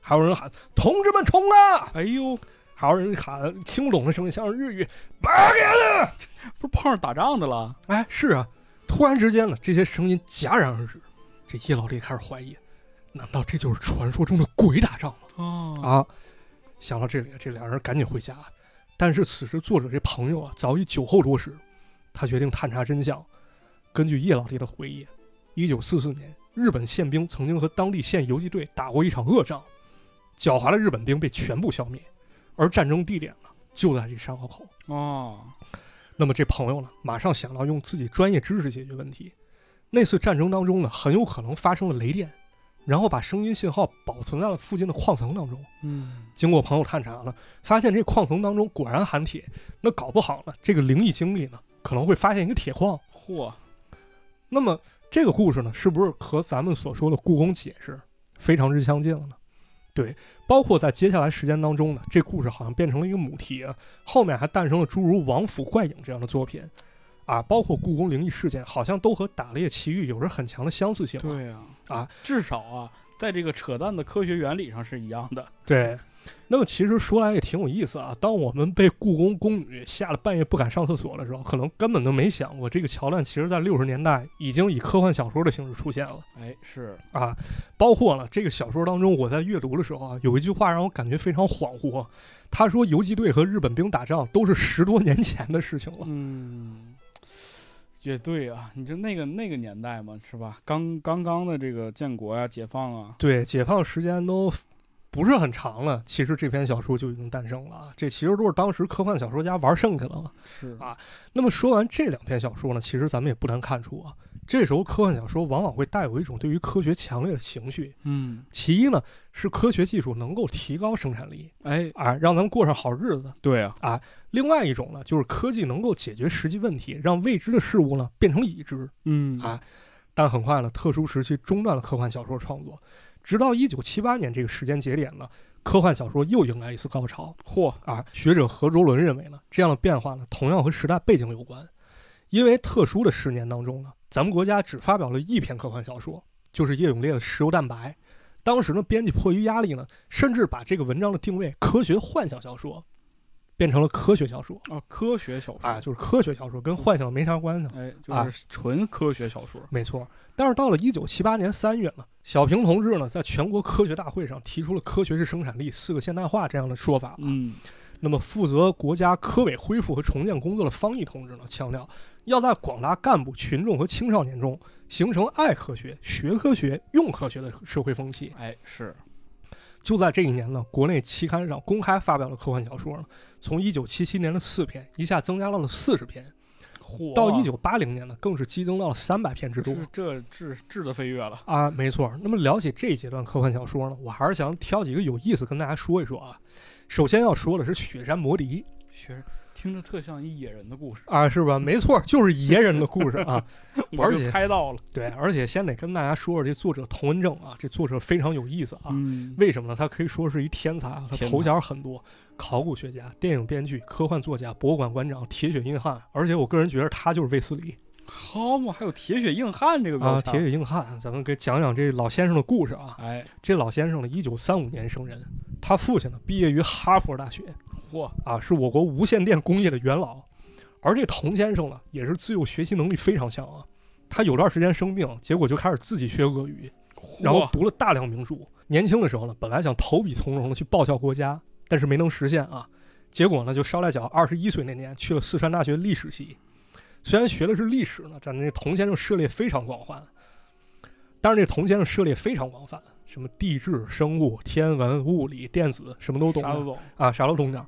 S2: 还有人喊“同志们冲啊
S1: 哎呦，”，
S2: 还有人喊听不懂的声音，像是日语。
S1: 不是碰上打仗的了？
S2: 哎，是啊，突然之间呢，这些声音戛然而止。这叶老弟开始怀疑，难道这就是传说中的鬼打仗吗？
S1: 哦，
S2: 啊，想到这里，这俩人赶紧回家。但是此时作者这朋友啊，早已酒后多时，他决定探查真相。根据叶老弟的回忆，一九四四年，日本宪兵曾经和当地县游击队打过一场恶仗，狡猾的日本兵被全部消灭，而战争地点呢，就在这山坳口。
S1: 哦，
S2: 那么这朋友呢，马上想到用自己专业知识解决问题。那次战争当中呢，很有可能发生了雷电，然后把声音信号保存在了附近的矿层当中。
S1: 嗯，
S2: 经过朋友探查呢，发现这矿层当中果然含铁，那搞不好呢，这个灵异经历呢，可能会发现一个铁矿。啊
S1: 嚯，
S2: 那么这个故事呢，是不是和咱们所说的故宫解释非常之相近了呢？对，包括在接下来时间当中呢，这故事好像变成了一个母题啊，后面还诞生了诸如《王府怪影》这样的作品，啊，包括故宫灵异事件，好像都和《打猎奇遇》有着很强的相似性啊、
S1: 对呀，
S2: 啊，
S1: 至少啊，在这个扯淡的科学原理上是一样的。
S2: 对，那么其实说来也挺有意思啊，当我们被故宫宫女吓得半夜不敢上厕所的时候，可能根本都没想过这个桥段，其实在六十年代已经以科幻小说的形式出现了
S1: 哎，是
S2: 啊。包括了这个小说当中，我在阅读的时候啊，有一句话让我感觉非常恍惚啊，他说游击队和日本兵打仗都是十多年前的事情了。
S1: 嗯，也对啊，你这那个那个年代嘛，是吧？刚刚刚的这个建国呀、解放啊，
S2: 对，解放时间都不是很长了，其实这篇小说就已经诞生了啊。这其实都是当时科幻小说家玩剩下的了。
S1: 是
S2: 啊那么说完这两篇小说呢，其实咱们也不难看出啊，这时候科幻小说往往会带有一种对于科学强烈的情绪。
S1: 嗯，
S2: 其一呢，是科学技术能够提高生产力，
S1: 哎，
S2: 啊，让咱们过上好日子；
S1: 对啊，
S2: 另外一种呢，就是科技能够解决实际问题，让未知的事物呢变成已知。
S1: 嗯
S2: 啊但很快呢，特殊时期中断了科幻小说创作，直到一九七八年这个时间节点呢，科幻小说又迎来一次高潮
S1: 嚯，
S2: 啊！学者何卓伦认为呢，这样的变化呢，同样和时代背景有关，因为特殊的十年当中呢，咱们国家只发表了一篇科幻小说，就是叶永烈的《石油蛋白》。当时呢，编辑迫于压力呢，甚至把这个文章的定位科学幻想小说，变成了科学小说
S1: 啊，科学小说
S2: 啊，，就是科学小说跟幻想没啥关系。
S1: 哎，
S2: 啊
S1: 就是纯科学小说，
S2: 没错，但是到了一九七八年三月呢，小平同志呢在全国科学大会上提出了“科学是生产力”四个现代化这样的说法。
S1: 嗯，
S2: 那么，负责国家科委恢复和重建工作的方毅同志呢，强调要在广大干部、群众和青少年中形成爱科学、学科学、用科学的社会风气。
S1: 哎，是，
S2: 就在这一年呢，国内期刊上公开发表了科幻小说呢，从一九七七年的四篇一下增加到了四十篇，
S1: 嚯，
S2: 到一九八零年呢，更是激增到了三百篇之多。
S1: 啊这这质质的飞跃了，
S2: 啊，没错儿。那么了解这一阶段科幻小说呢，我还是想挑几个有意思跟大家说一说啊。首先要说的是《雪山魔笛
S1: 学听着特像一野人的故事》，
S2: 啊，是吧？没错儿，就是野人的故事啊。
S1: 我
S2: 而且
S1: 就猜到了，
S2: 对，而且先得跟大家说说这作者童文正啊，这作者非常有意思啊。
S1: 嗯，
S2: 为什么呢？他可以说是一天才啊，他
S1: 天
S2: 头
S1: 才
S2: 衔很多，考古学家、电影编剧、科幻作家、博物馆馆长、铁血硬汉，而且我个人觉得他就是卫斯理
S1: 好嘛，还有铁血硬汉这个标
S2: 啊，铁
S1: 签，
S2: 血硬汉。咱们给讲讲这老先生的故事啊。
S1: 哎，
S2: 这老先生呢，一九三五年生人，他父亲呢毕业于哈佛大学
S1: 嚯，
S2: 啊，是我国无线电工业的元老。而这童先生呢，也是自幼学习能力非常强啊。他有段时间生病，结果就开始自己学俄语，然后
S1: 嚯
S2: 读了大量名著。年轻的时候呢，本来想投笔从戎的去报效国家，但是没能实现啊。结果呢，就捎带脚，二十一岁那年去了四川大学历史系。虽然学的是历史呢，咱这童先生涉猎非常广泛，但是这童先生涉猎非常广泛，什么地质、生物、天文、物理、电子，什么都懂
S1: 啥
S2: 啊
S1: 都懂，
S2: 啊，啥都懂点儿。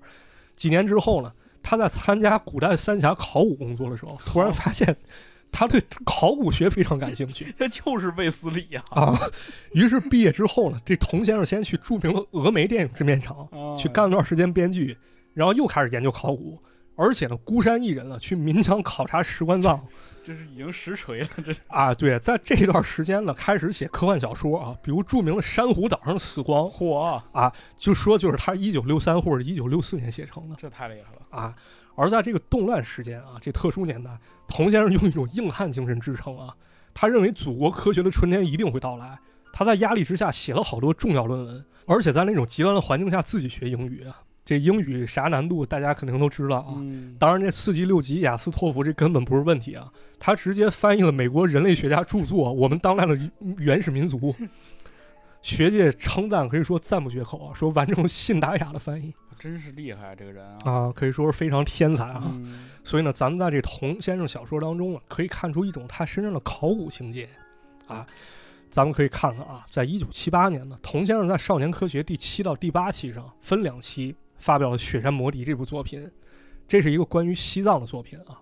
S2: 几年之后呢，他在参加古代三峡考古工作的时候，突然发现他对考古学非常感兴趣。
S1: 这就是卫斯理呀，
S2: 啊，于是毕业之后呢，这童先生先去著名的峨眉电影制片厂
S1: 啊
S2: 去干了段时间编剧，然后又开始研究考古，而且呢，孤山一人啊去岷江考察石棺葬
S1: 这是已经实锤了，这是
S2: 啊。对，在这段时间呢，开始写科幻小说啊，比如著名的《珊瑚岛上的死光》，
S1: 嚯，啊
S2: 就说就是他一九六三或者一九六四年写成的
S1: 这太厉害了，
S2: 啊。而在这个动乱时间啊，这特殊年代，童先生用一种硬汉精神支撑啊，他认为祖国科学的春天一定会到来。他在压力之下写了好多重要论文，而且在那种极端的环境下自己学英语啊，这英语啥难度大家肯定都知道啊。
S1: 嗯，
S2: 当然，这四级、六级、雅思、托福这根本不是问题啊！他直接翻译了美国人类学家著作《我们当代的原 始民族》，学界称赞可以说赞不绝口啊，说完成了信达雅的翻译
S1: 真是厉害啊这个人啊，
S2: 啊，可以说是非常天才啊。
S1: 嗯
S2: 所以呢，咱们在这童先生小说当中啊，可以看出一种他身上的考古情节啊。咱们可以看看啊，在一九七八年呢，童先生在《少年科学》第七到第八期上分两期发表了《雪山魔笛》这部作品，这是一个关于西藏的作品啊。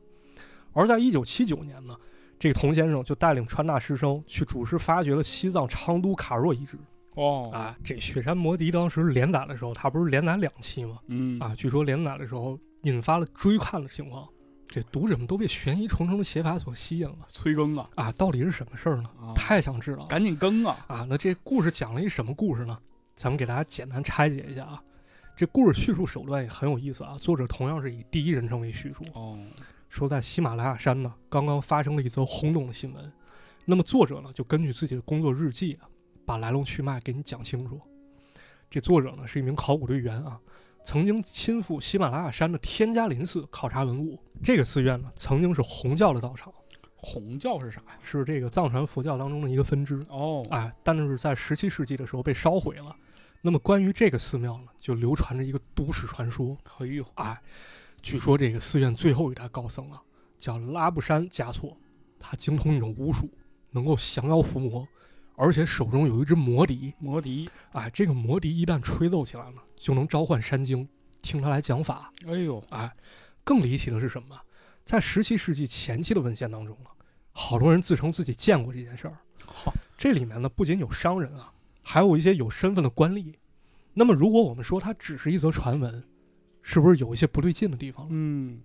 S2: 而在一九七九年呢，这个童先生就带领川大师生去主持发掘了西藏昌都卡若遗址
S1: 哦，
S2: 啊。这《雪山魔笛》当时连载的时候，他不是连载两期吗？
S1: 嗯
S2: 啊，据说连载的时候引发了追看的情况，这读者们都被悬疑重重的写法所吸引了
S1: 催更啊，
S2: 啊！到底是什么事儿呢？
S1: 啊
S2: 太想知道了
S1: 赶紧更啊，
S2: 啊！那这故事讲了一什么故事呢？咱们给大家简单拆解一下啊。这故事叙述手段也很有意思啊，作者同样是以第一人称为叙述，
S1: 哦，
S2: 说在喜马拉雅山呢刚刚发生了一则轰动的新闻，那么作者呢就根据自己的工作日记啊，把来龙去脉给你讲清楚。这作者呢是一名考古队员啊，曾经亲赴喜马拉雅山的天加林寺考察文物。这个寺院呢，曾经是红教的道场，
S1: 红教是啥呀？
S2: 是这个藏传佛教当中的一个分支。
S1: 哦，
S2: 哎，但是在十七世纪的时候被烧毁了。那么关于这个寺庙呢，就流传着一个都市传说。
S1: 嘿呦，
S2: 哎，据说这个寺院最后一代高僧啊，叫拉布山嘉措，他精通一种巫术，能够降妖伏魔，而且手中有一只魔笛。
S1: 魔笛，
S2: 哎，这个魔笛一旦吹奏起来呢，就能召唤山精，听他来讲法。
S1: 哎呦，
S2: 哎，更离奇的是什么？在十七世纪前期的文献当中啊，好多人自称自己见过这件事儿。
S1: 好，
S2: 这里面呢，不仅有商人啊，还有一些有身份的官吏。那么，如果我们说它只是一则传闻，是不是有一些不对劲的地方了？
S1: 嗯，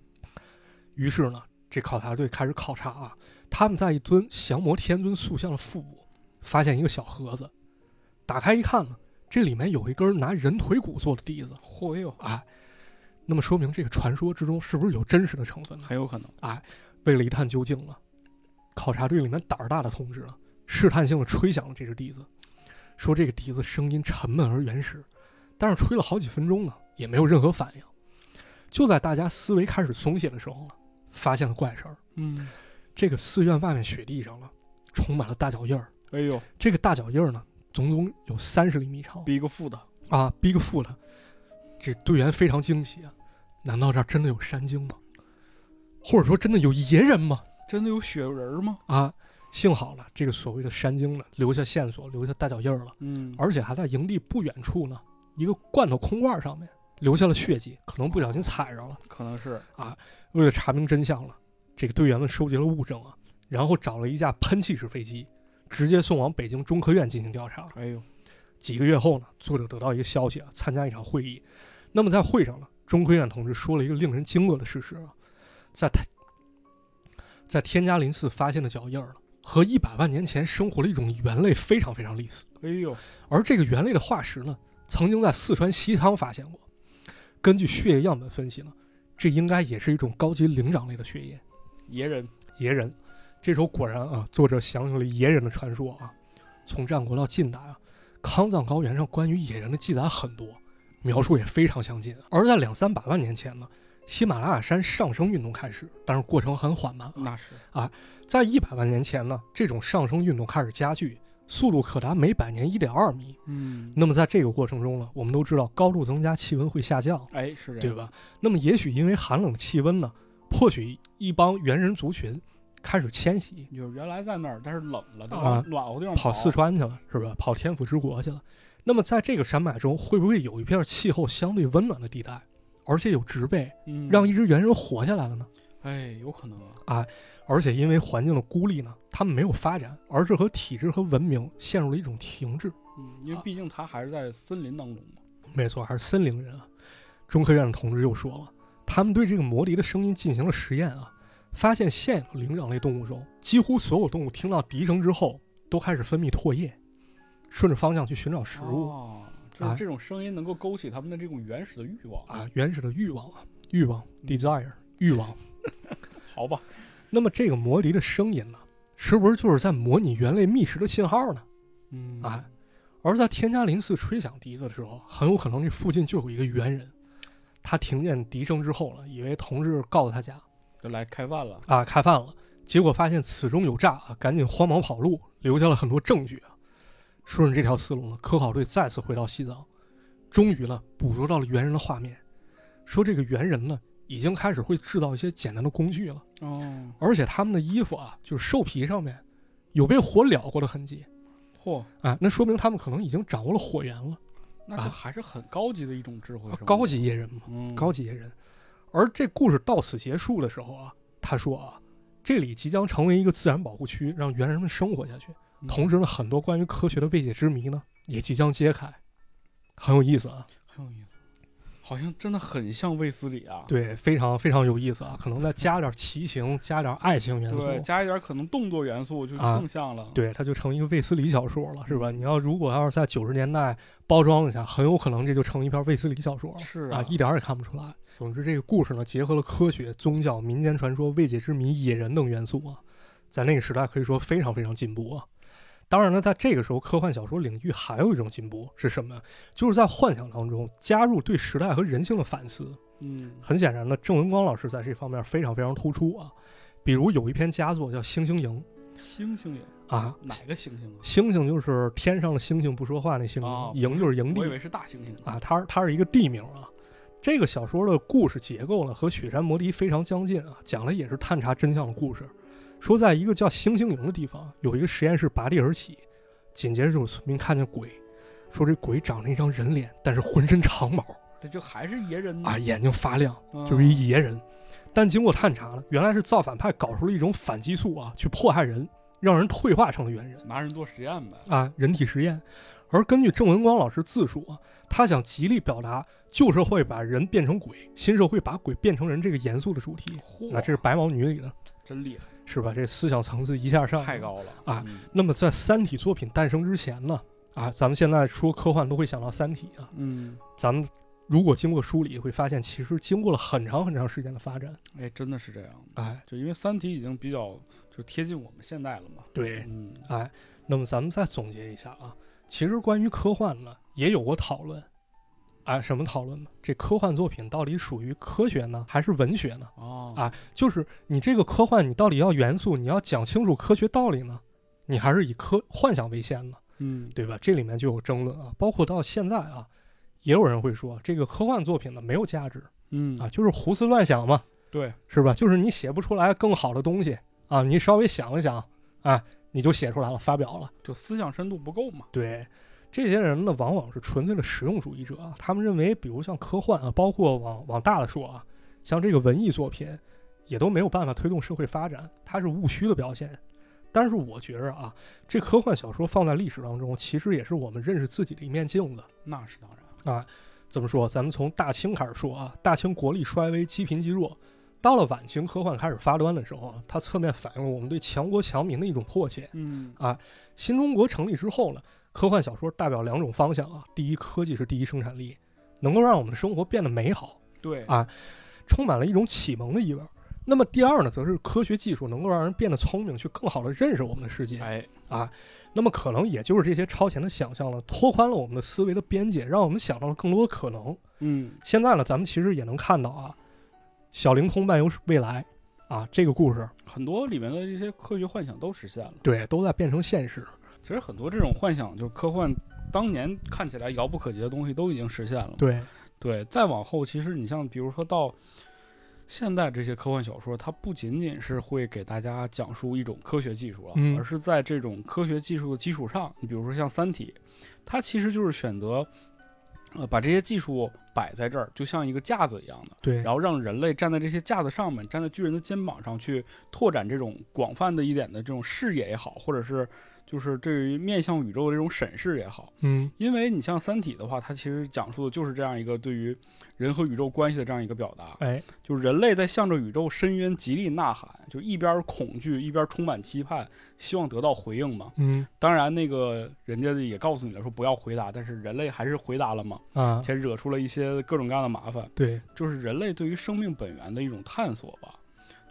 S2: 于是呢，这考察队开始考察啊，他们在一尊降魔天尊塑像的腹部发现一个小盒子，打开一看呢，这里面有一根拿人腿骨做的笛子。
S1: 嚯呦，
S2: 哎，那么说明这个传说之中是不是有真实的成分呢？
S1: 很有可能。
S2: 为了一探究竟了，考察队里面胆儿大的同志了，试探性的吹响了这只笛子，说这个笛子声音沉闷而原始，但是吹了好几分钟呢，也没有任何反应。就在大家思维开始松懈的时候呢，发现了怪事儿，
S1: 嗯，
S2: 这个寺院外面雪地上了，充满了大脚印儿。
S1: 哎呦，
S2: 这个大脚印儿呢，总共有三十厘米长
S1: 逼个负的，
S2: 啊，Big Foot。这队员非常惊奇啊，难道这儿真的有山精吗？或者说真的有野人吗？
S1: 真的有雪人吗？
S2: 啊，幸好了，这个所谓的山精呢，留下线索，留下大脚印儿了，
S1: 嗯，
S2: 而且还在营地不远处呢，一个罐头空罐上面留下了血迹，可能不小心踩着了。
S1: 可能是，
S2: 为了查明真相了，这个队员们收集了物证啊，然后找了一架喷气式飞机，直接送往北京中科院进行调查。
S1: 哎呦，
S2: 几个月后呢，作者得到一个消息啊，参加一场会议。那么在会上呢，中科院同志说了一个令人惊愕的事实啊，在他在天加林寺发现的脚印儿呢，和一百万年前生活的一种猿类非常非常类似。
S1: 哎呦，
S2: 而这个猿类的化石呢，曾经在四川西汤发现过。根据血液样本分析呢，这应该也是一种高级灵长类的血液
S1: 野人，
S2: 野人。这时候果然啊，作者想起了野人的传说啊。从战国到近代啊，康藏高原上关于野人的记载很多，描述也非常相近。而在两三百万年前呢，喜马拉雅山上升运动开始，但是过程很缓慢。
S1: 那是，
S2: 在一百万年前呢，这种上升运动开始加剧，速度可达每百年一点二米。
S1: 嗯，
S2: 那么在这个过程中呢，我们都知道高度增加气温会下降，
S1: 哎，是这
S2: 对
S1: 样，
S2: 吧？那么也许因为寒冷的气温呢，迫使一帮猿人族群开始迁徙，
S1: 就是原来在那儿，但是冷了，就
S2: 啊
S1: 往暖和地方
S2: 跑四，川去了，是吧？跑天府之国去了。那么在这个山脉中，会不会有一片气候相对温暖的地带，而且有植被，
S1: 嗯，
S2: 让一只猿人活下来了呢？
S1: 哎，有可能啊，
S2: 而且因为环境的孤立呢，他们没有发展，而是和体制和文明陷入了一种停滞。
S1: 嗯，因为
S2: 啊
S1: 毕竟他还是在森林当中嘛，
S2: 没错，还是森林人啊。中科院的同志又说了，他们对这个魔笛的声音进行了实验啊，发现现有的灵长类动物中，几乎所有动物听到笛声之后，都开始分泌唾液，顺着方向去寻找食物、
S1: 哦，就是
S2: 哎
S1: 这种声音能够勾起他们的这种原始的欲望，
S2: 啊，原始的欲望啊，欲望 desire 欲望。
S1: 好吧，
S2: 那么这个魔笛的声音呢，是不是就是在模拟猿类觅食的信号呢？
S1: 嗯，
S2: 哎，而在天加林寺吹响笛子的时候，很有可能这附近就有一个猿人，他听见笛声之后了，以为同志告诉他家。
S1: 就来开饭了，
S2: 啊，开饭了，结果发现此中有诈啊，赶紧慌忙跑路，留下了很多证据啊。顺着这条思路呢，科考队再次回到西藏，终于呢捕捉到了猿人的画面，说这个猿人呢已经开始会制造一些简单的工具了，
S1: 哦，
S2: 而且他们的衣服啊，就是兽皮上面有被火燎过的痕迹
S1: 嚯，
S2: 啊，那说明他们可能已经掌握了火源了，
S1: 那这
S2: 啊
S1: 还是很高级的一种智慧，是吧
S2: 高，级野人嘛。
S1: 嗯，
S2: 高级野人。而这故事到此结束的时候啊，他说啊，这里即将成为一个自然保护区，让猿人们生活下去。
S1: 嗯
S2: 同时呢，很多关于科学的未解之谜呢，也即将揭开，很有意思啊。
S1: 很有意思，好像真的很像卫斯理啊，
S2: 对，非常非常有意思啊。可能再加点奇情，加点爱情元素，
S1: 对，加一点可能动作元素就
S2: 啊
S1: 更像了，
S2: 对，它就成一个卫斯理小说了，
S1: 嗯
S2: 是吧？你要如果要是在九十年代包装一下，很有可能这就成一篇卫斯理小说了。
S1: 是
S2: 啊，一点儿也看不出来。总之，这个故事呢，结合了科学、宗教、民间传说、未解之谜、野人等元素啊，在那个时代可以说非常非常进步啊。当然了，在这个时候，科幻小说领域还有一种进步是什么呀？就是在幻想当中加入对时代和人性的反思。
S1: 嗯
S2: 很显然呢，郑文光老师在这方面非常非常突出啊。比如有一篇佳作叫《星星营
S1: 星星也》
S2: 啊，
S1: 哪个星星啊？
S2: 星星就是天上的星星不说话那星星，
S1: 哦
S2: 营就是营
S1: 我以
S2: 地
S1: 为是大猩猩
S2: 啊，它是它是一个地名啊。这个小说的故事结构呢和《雪山魔笛》非常相近啊，讲的也是探查真相的故事。说在一个叫星星营的地方，有一个实验室拔地而起，紧接着就有村民看见鬼，说这鬼长着一张人脸，但是浑身长毛
S1: 这就还是野人呢
S2: 啊，眼睛发亮，
S1: 嗯
S2: 就是一野人。但经过探查了，原来是造反派搞出了一种反激素啊，去迫害人，让人退化成了猿人
S1: 拿人做实验呗。
S2: 啊，人体实验。而根据郑文光老师自述啊，他想极力表达旧社会把人变成鬼，新社会把鬼变成人这个严肃的主题
S1: 嚯
S2: 啊，这是白毛女里的，
S1: 真厉害，
S2: 是吧？这思想层次一下上来
S1: 太
S2: 了。
S1: 高了
S2: 啊！
S1: 嗯
S2: 那么在《三体》作品诞生之前呢，啊，咱们现在说科幻都会想到《三体》啊，
S1: 嗯，
S2: 咱们如果经过梳理，会发现其实经过了很长很长时间的发展，
S1: 哎，真的是这样。
S2: 哎，
S1: 就因为《三体》已经比较就贴近我们现代了嘛。
S2: 对，
S1: 嗯
S2: 哎，那么咱们再总结一下啊，其实关于科幻呢，也有过讨论。哎，什么讨论呢？这科幻作品到底属于科学呢，还是文学呢？
S1: 哦
S2: 啊就是你这个科幻，你到底要元素，你要讲清楚科学道理呢，你还是以科幻想为先呢，
S1: 嗯
S2: 对吧？这里面就有争论啊，包括到现在啊，也有人会说这个科幻作品呢没有价值
S1: 嗯
S2: 啊，就是胡思乱想嘛，
S1: 对，
S2: 是吧？就是你写不出来更好的东西啊，你稍微想一想啊，你就写出来了，发表了。
S1: 就思想深度不够嘛。
S2: 对，这些人呢，往往是纯粹的实用主义者啊。他们认为，比如像科幻啊，包括往往大了说啊，像这个文艺作品，也都没有办法推动社会发展，它是务虚的表现。但是我觉着啊，这科幻小说放在历史当中，其实也是我们认识自己的一面镜子。
S1: 那是当然。
S2: 怎么说？咱们从大清开始说啊，大清国力衰微，积贫积弱。到了晚清科幻开始发端的时候啊，它侧面反映了我们对强国强民的一种迫切。
S1: 嗯
S2: 新中国成立之后呢，科幻小说代表两种方向啊。第一，科技是第一生产力，能够让我们的生活变得美好，
S1: 对
S2: 啊充满了一种启蒙的意味儿。那么第二呢，则是科学技术能够让人变得聪明，去更好的认识我们的世界。
S1: 哎，
S2: 那么可能也就是这些超前的想象呢，拓宽了我们的思维的边界，让我们想到了更多的可能。
S1: 嗯
S2: 现在呢，咱们其实也能看到啊，《小灵通漫游未来》啊，这个故事
S1: 很多里面的一些科学幻想都实现了。
S2: 对都在变成现实。
S1: 其实很多这种幻想，就是科幻当年看起来遥不可及的东西，都已经实现了。
S2: 对，
S1: 对，再往后，其实你像比如说到现在这些科幻小说，它不仅仅是会给大家讲述一种科学技术了，
S2: 嗯
S1: 而是在这种科学技术的基础上，你比如说像《三体》，它其实就是选择。呃，把这些技术摆在这儿，就像一个架子一样的，
S2: 对，
S1: 然后让人类站在这些架子上面，站在巨人的肩膀上去拓展这种广泛的一点的这种视野也好，或者是就是对于面向宇宙的这种审视也好，
S2: 嗯，
S1: 因为你像《三体》的话，它其实讲述的就是这样一个对于人和宇宙关系的这样一个表达，
S2: 哎，
S1: 就是人类在向着宇宙深渊极力呐喊，就一边恐惧，一边充满期盼，希望得到回应嘛。
S2: 嗯
S1: 当然，那个人家也告诉你了，说不要回答，但是人类还是回答了嘛，
S2: 啊，
S1: 且惹出了一些各种各样的麻烦，
S2: 对，
S1: 就是人类对于生命本源的一种探索吧。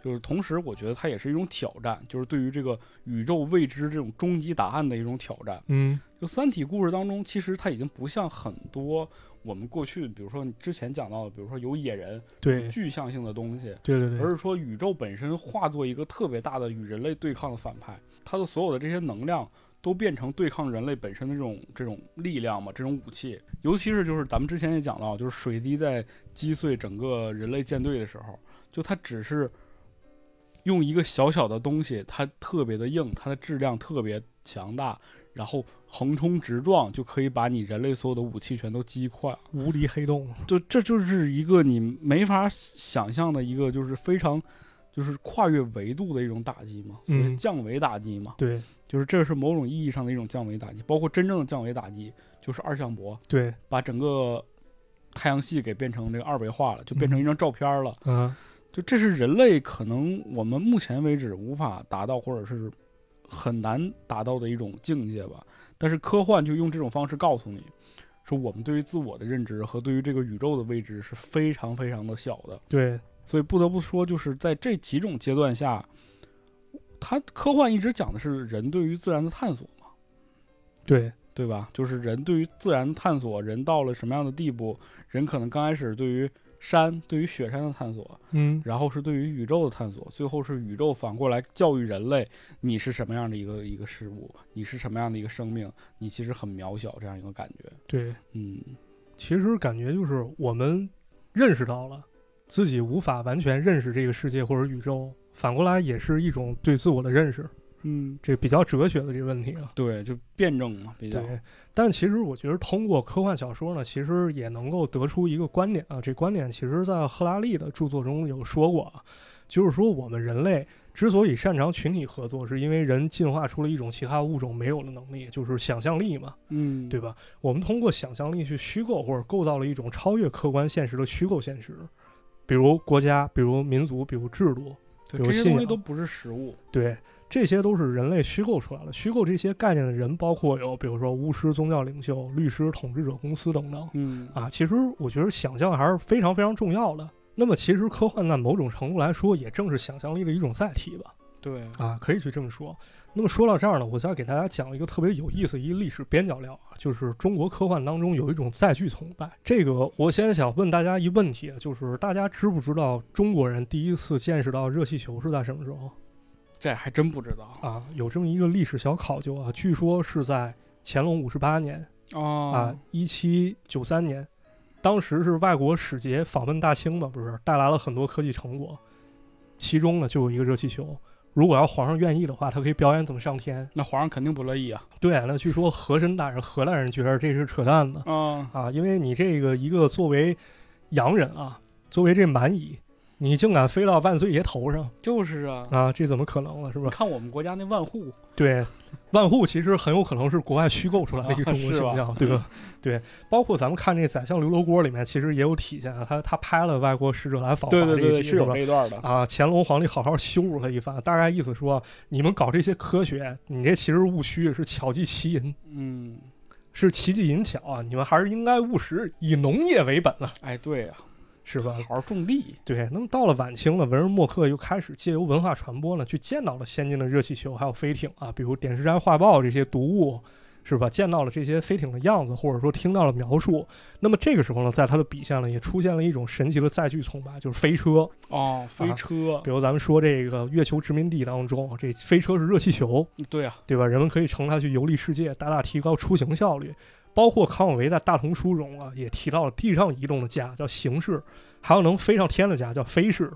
S1: 就是同时，我觉得它也是一种挑战，就是对于这个宇宙未知这种终极答案的一种挑战。
S2: 嗯
S1: 就《三体》故事当中，其实它已经不像很多我们过去，比如说你之前讲到的，比如说有野人
S2: 对，
S1: 具象性的东西，
S2: 对对
S1: 而
S2: 对，
S1: 是说宇宙本身化作一个特别大的与人类对抗的反派，它的所有的这些能量都变成对抗人类本身的这种这种力量嘛，这种武器。尤其是就是咱们之前也讲到，就是水滴在击碎整个人类舰队的时候，就它只是用一个小小的东西，它特别的硬，它的质量特别强大。然后横冲直撞就可以把你人类所有的武器全都击溃，
S2: 无敌黑洞，
S1: 就这就是一个你没法想象的一个，就是非常就是跨越维度的一种打击嘛，所
S2: 嗯
S1: 以降维打击嘛，
S2: 对
S1: 就是这是某种意义上的一种降维打击，包括真正的降维打击就是二向箔，
S2: 对，
S1: 把整个太阳系给变成这个二维化了，就变成一张照片了。
S2: 嗯，
S1: 就这是人类可能我们目前为止无法达到，或者是很难达到的一种境界吧。但是科幻就用这种方式告诉你，说我们对于自我的认知和对于这个宇宙的未知是非常非常的小的。
S2: 对
S1: 所以不得不说，就是在这几种阶段下，它科幻一直讲的是人对于自然的探索嘛，
S2: 对，
S1: 对吧？就是人对于自然探索，人到了什么样的地步，人可能刚开始对于山、对于雪山的探索，
S2: 嗯，
S1: 然后是对于宇宙的探索，最后是宇宙反过来教育人类，你是什么样的一个一个事物，你是什么样的一个生命，你其实很渺小，这样一个感觉。
S2: 对，
S1: 嗯，
S2: 其实感觉就是我们认识到了自己无法完全认识这个世界或者宇宙，反过来也是一种对自我的认识，
S1: 嗯，
S2: 这比较哲学的这个问题啊。
S1: 对，就辩证嘛，比较
S2: 对，但其实我觉得通过科幻小说呢，其实也能够得出一个观点啊。这观点其实在赫拉利的著作中有说过啊，就是说我们人类之所以擅长群体合作，是因为人进化出了一种其他物种没有的能力，就是想象力嘛，
S1: 嗯，
S2: 对吧？我们通过想象力去虚构或者构造了一种超越客观现实的虚构现实，比如国家，比如民族，比如制度，
S1: 对
S2: 有
S1: 这些
S2: 信
S1: 东西
S2: 仰
S1: 都不是实物。
S2: 对，这些都是人类虚构出来的。虚构这些概念的人，包括有比如说巫师、宗教领袖、律师、统治者、公司等等
S1: 嗯
S2: 啊。其实我觉得想象还是非常非常重要的。那么其实科幻在某种程度来说，也正是想象力的一种载体吧，
S1: 对，
S2: 啊，可以去这么说。那么说到这儿呢，我再给大家讲一个特别有意思一个历史边角料啊，就是中国科幻当中有一种载具崇拜。这个我先想问大家一问题，啊就是大家知不知道中国人第一次见识到热气球是在什么时候？
S1: 这还真不知道
S2: 啊，有这么一个历史小考究啊，据说是在乾隆五十八年啊
S1: 哦，，
S2: 一七九三年，当时是外国使节访问大清嘛，不是带来了很多科技成果，其中呢就有一个热气球。如果要皇上愿意的话，他可以表演怎么上天。
S1: 那皇上肯定不乐意啊。
S2: 对，那据说和珅大人、荷兰人觉得这是扯淡的
S1: 啊，
S2: 啊，因为你这个一个作为洋人啊，作为这蛮夷，你竟敢飞到万岁爷头上
S1: 就是啊，哦
S2: 啊，这怎么可能呢？是吧
S1: 你？看我们国家那万户，
S2: 对，万户其实很有可能是国外虚构出来的一个中国
S1: 啊是吧嗯
S2: 形象，对吧？对，包括咱们看这《宰相刘罗锅》里面，其实也有体现啊，他他拍了外国使者来访华
S1: 对
S2: 这
S1: 对对，
S2: 一
S1: 对
S2: 集，
S1: 是有
S2: 吧
S1: 这？一段的。
S2: 啊，乾隆皇帝好好羞辱他一番，大概意思说，你们搞这些科学，你这其实务虚，是巧技奇淫，
S1: 嗯，
S2: 是奇技淫巧啊，你们还是应该务实，以农业为本啊，
S1: 哎，对啊，
S2: 是吧？
S1: 好好种地。
S2: 对，那么到了晚清呢，文人墨客又开始借由文化传播呢，去见到了先进的热气球，还有飞艇啊，比如《点石斋画报》这些读物，是吧？见到了这些飞艇的样子，或者说听到了描述。那么这个时候呢，在他的笔下呢，也出现了一种神奇的载具崇拜，就是飞车。
S1: 哦，飞
S2: 啊
S1: 车，
S2: 比如咱们说这个月球殖民地当中，啊这飞车是热气球，
S1: 对啊，
S2: 对吧？人们可以乘它去游历世界，大大提高出行效率。包括康有为在《大同书》中啊，也提到了地上移动的家叫形式，还有能飞上天的家叫飞式。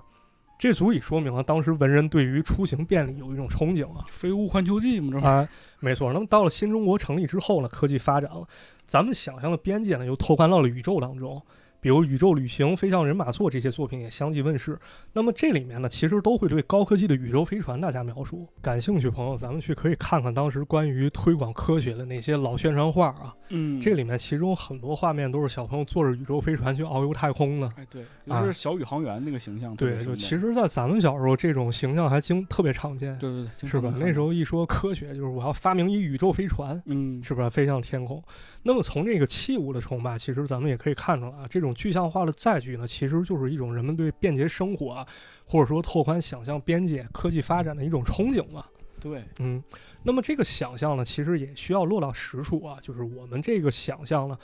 S2: 这足以说明了当时文人对于出行便利有一种憧憬啊！
S1: 飞屋环球记嘛，这 不
S2: 啊，没错。那么到了新中国成立之后呢，科技发展了，咱们想象的边界呢又拓宽到了宇宙当中，比如《宇宙旅行》《飞向人马座》这些作品也相继问世。那么这里面呢，其实都会对高科技的宇宙飞船大家描述。感兴趣朋友，咱们去可以看看当时关于推广科学的那些老宣传画啊，
S1: 嗯，
S2: 这里面其中很多画面都是小朋友坐着宇宙飞船去遨游太空的。
S1: 哎，对，
S2: 啊
S1: 就是小宇航员那个形象特别
S2: 对，
S1: 生动，
S2: 就其实，在咱们小时候，这种形象还经特别常见，
S1: 对对对，经
S2: 是
S1: 常
S2: 吧
S1: 能？看
S2: 那时
S1: 到，
S2: 候一说科学，就是我要发明一宇宙飞船，
S1: 嗯，
S2: 是不是飞向天空？那么从这个器物的崇拜，其实咱们也可以看出来啊，这种具象化的载具呢，其实就是一种人们对便捷生活啊，或者说拓宽想象边界、科技发展的一种憧憬嘛。
S1: 对，
S2: 嗯，那么这个想象呢，其实也需要落到实处啊，就是我们这个想象呢，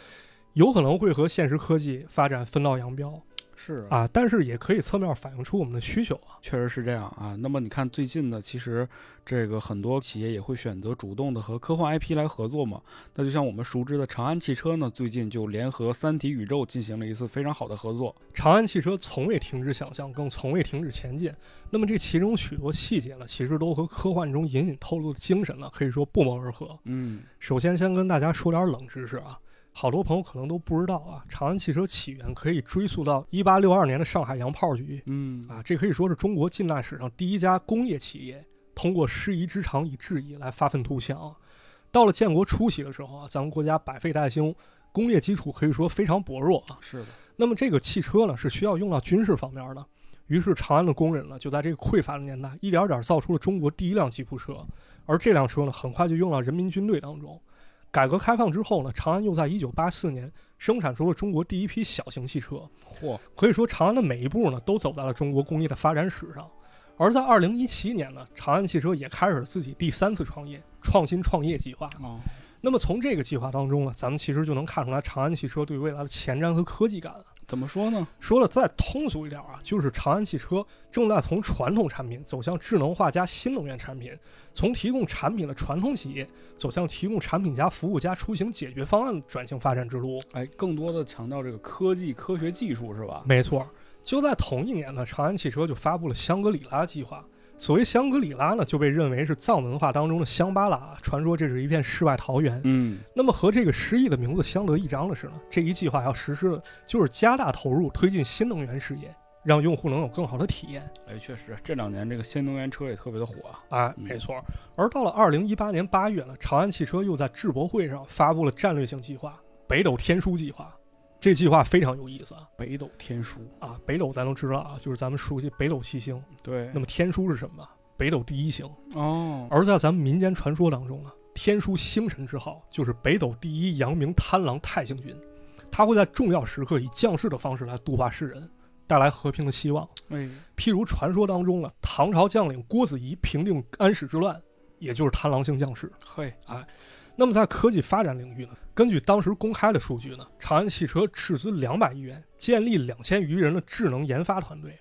S2: 有可能会和现实科技发展分道扬镳
S1: 是啊，
S2: 啊，但是也可以侧面反映出我们的需求啊。
S1: 确实是这样啊。那么你看最近呢，其实这个很多企业也会选择主动的和科幻 IP 来合作嘛。那就像我们熟知的长安汽车呢，最近就联合三体宇宙进行了一次非常好的合作。
S2: 长安汽车从未停止想象，更从未停止前进。那么这其中许多细节呢，其实都和科幻中隐隐透露的精神呢，可以说不谋而合。
S1: 嗯，
S2: 首先，先跟大家说点冷知识啊，好多朋友可能都不知道啊，长安汽车起源可以追溯到1862年的上海洋炮局
S1: 嗯
S2: 啊，这可以说是中国近代史上第一家工业企业通过师夷之长以制夷来发愤图强。到了建国初期的时候啊，咱们国家百废待兴，工业基础可以说非常薄弱啊。
S1: 嗯是的，
S2: 那么这个汽车呢是需要用到军事方面的，于是长安的工人呢就在这个匮乏的年代，一点点造出了中国第一辆吉普车，而这辆车呢很快就用到人民军队当中。改革开放之后呢，长安又在1984年生产出了中国第一批小型汽车。
S1: 嚯，
S2: 可以说，长安的每一步呢，都走在了中国工业的发展史上。而在2017年呢，长安汽车也开始了自己第三次创业创新创业计划。
S1: 哦，
S2: 那么从这个计划当中呢，咱们其实就能看出来长安汽车对未来的前瞻和科技感了。
S1: 怎么说呢？
S2: 说了再通俗一点啊，就是长安汽车正在从传统产品走向智能化加新能源产品，从提供产品的传统企业走向提供产品加服务加出行解决方案的转型发展之路。
S1: 哎，更多的强调这个科技、科学技术是吧？
S2: 没错，就在同一年呢，长安汽车就发布了香格里拉计划。所谓香格里拉呢，就被认为是藏文化当中的香巴拉，传说这是一片世外桃源。
S1: 嗯，
S2: 那么和这个诗意的名字相得益彰的是呢，这一计划要实施的就是加大投入推进新能源事业，让用户能有更好的体验。
S1: 哎，确实，这两年这个新能源车也特别的火啊。
S2: 哎，
S1: 嗯
S2: 没错儿。而到了二零一八年八月呢，长安汽车又在智博会上发布了战略性计划——北斗天枢计划。这计划非常有意思啊
S1: 北斗天枢，
S2: 啊！北斗咱都知道啊，就是咱们熟悉北斗七星。
S1: 对
S2: 那么天枢是什么？北斗第一星。
S1: 哦，
S2: 而在咱们民间传说当中呢，啊天枢星辰之号就是北斗第一阳明贪狼太行军，他会在重要时刻以降世的方式来度化世人，带来和平的希望。
S1: 哎，
S2: 譬如传说当中呢，唐朝将领郭子仪平定安史之乱，也就是贪狼星降世。
S1: 嘿，
S2: 那么在科技发展领域呢，根据当时公开的数据呢，长安汽车斥资两百亿元建立两千余人的智能研发团队。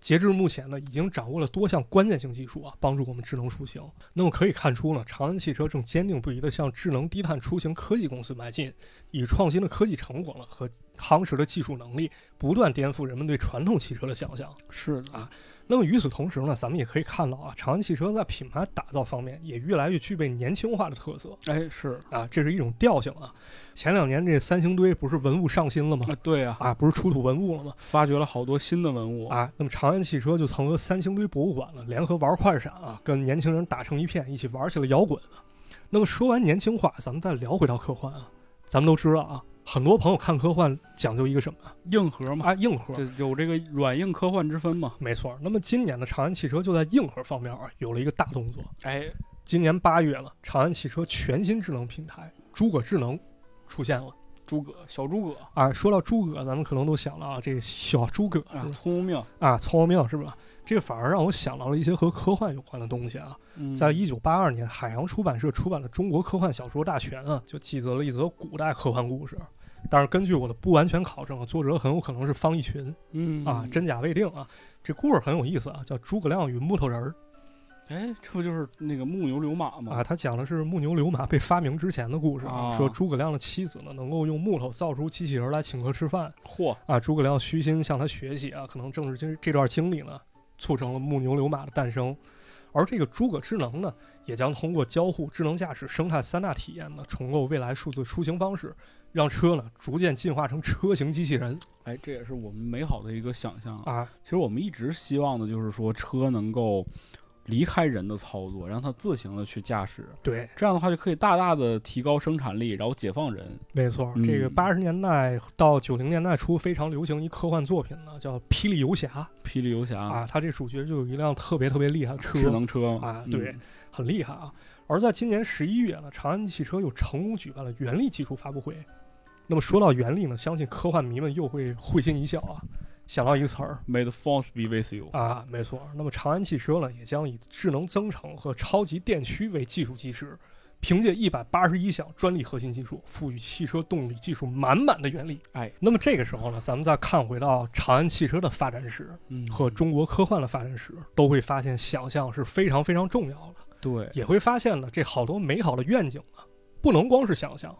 S2: 截至目前呢，已经掌握了多项关键性技术啊，帮助我们智能出行。那么可以看出呢，长安汽车正坚定不移地向智能低碳出行科技公司迈进，以创新的科技成果呢和夯实的技术能力，不断颠覆人们对传统汽车的想象。
S1: 是的
S2: 啊那么与此同时呢，咱们也可以看到啊，长安汽车在品牌打造方面也越来越具备年轻化的特色。
S1: 哎是
S2: 啊，这是一种调性啊。前两年这三星堆不是文物上新了吗？
S1: 啊，对啊，
S2: 啊，不是出土文物了吗？
S1: 发掘了好多新的文物，
S2: 啊，那么长安汽车就曾和三星堆博物馆呢联合玩快闪啊，跟年轻人打成一片，一起玩起了摇滚啊。那么说完年轻化，咱们再聊回到科幻啊。咱们都知道啊，很多朋友看科幻讲究一个什么啊
S1: 硬核嘛，
S2: 啊，硬核
S1: 这。有这个软硬科幻之分嘛。
S2: 没错，那么今年的长安汽车就在硬核方面啊有了一个大动作。
S1: 哎，
S2: 今年八月了，长安汽车全新智能平台诸葛智能出现了。
S1: 诸葛，小诸葛
S2: 啊，说到诸葛，咱们可能都想到啊，这小诸葛
S1: 啊，
S2: 是吧
S1: 聪明，
S2: 啊，聪明是吧？这反而让我想到了一些和科幻有关的东西啊。
S1: 嗯
S2: 在一九八二年，海洋出版社出版了《中国科幻小说大全》啊，就记载了一则古代科幻故事。但是根据我的不完全考证啊，作者很有可能是方逸群
S1: 嗯
S2: 啊，真假未定啊。这故事很有意思啊，叫《诸葛亮与木头人儿
S1: 哎，这不就是那个木牛流马》吗？
S2: 啊，它讲的是木牛流马被发明之前的故事啊
S1: 啊
S2: 说诸葛亮的妻子呢能够用木头造出机器人来请客吃饭，
S1: 嚯，
S2: 啊，诸葛亮虚心向他学习啊，可能正是这这段经历呢，促成了木牛流马的诞生。而这个诸葛智能呢，也将通过交互、智能驾驶、生态三大体验呢，重构未来数字出行方式，让车呢逐渐进化成车型机器人
S1: 哎，这也是我们美好的一个想象啊。
S2: 啊。
S1: 其实我们一直希望的就是说，车能够离开人的操作，让它自行的去驾驶，
S2: 对，
S1: 这样的话就可以大大的提高生产力，然后解放人。
S2: 没错，
S1: 嗯
S2: 这个八十年代到九零年代初非常流行一科幻作品呢，叫《霹雳游侠》
S1: 霹雳游侠，
S2: 啊，它这主角就有一辆特别特别厉害的车，
S1: 智能车
S2: 啊
S1: 嗯
S2: 对很厉害啊。而在今年十一月呢，长安汽车又成功举办了原力技术发布会。那么说到原力呢，相信科幻迷们又会会心一笑啊，想到一个词儿
S1: May the force be with you。
S2: 啊，没错。那么长安汽车呢，也将以智能增程和超级电驱为技术基石，凭借一百八十一项专利核心技术，赋予汽车动力技术满满的原力。
S1: 哎，
S2: 那么这个时候呢，咱们再看回到长安汽车的发展史
S1: 嗯
S2: 和中国科幻的发展史，都会发现想象是非常非常重要的。
S1: 对，
S2: 也会发现了这好多美好的愿景啊，不能光是想象。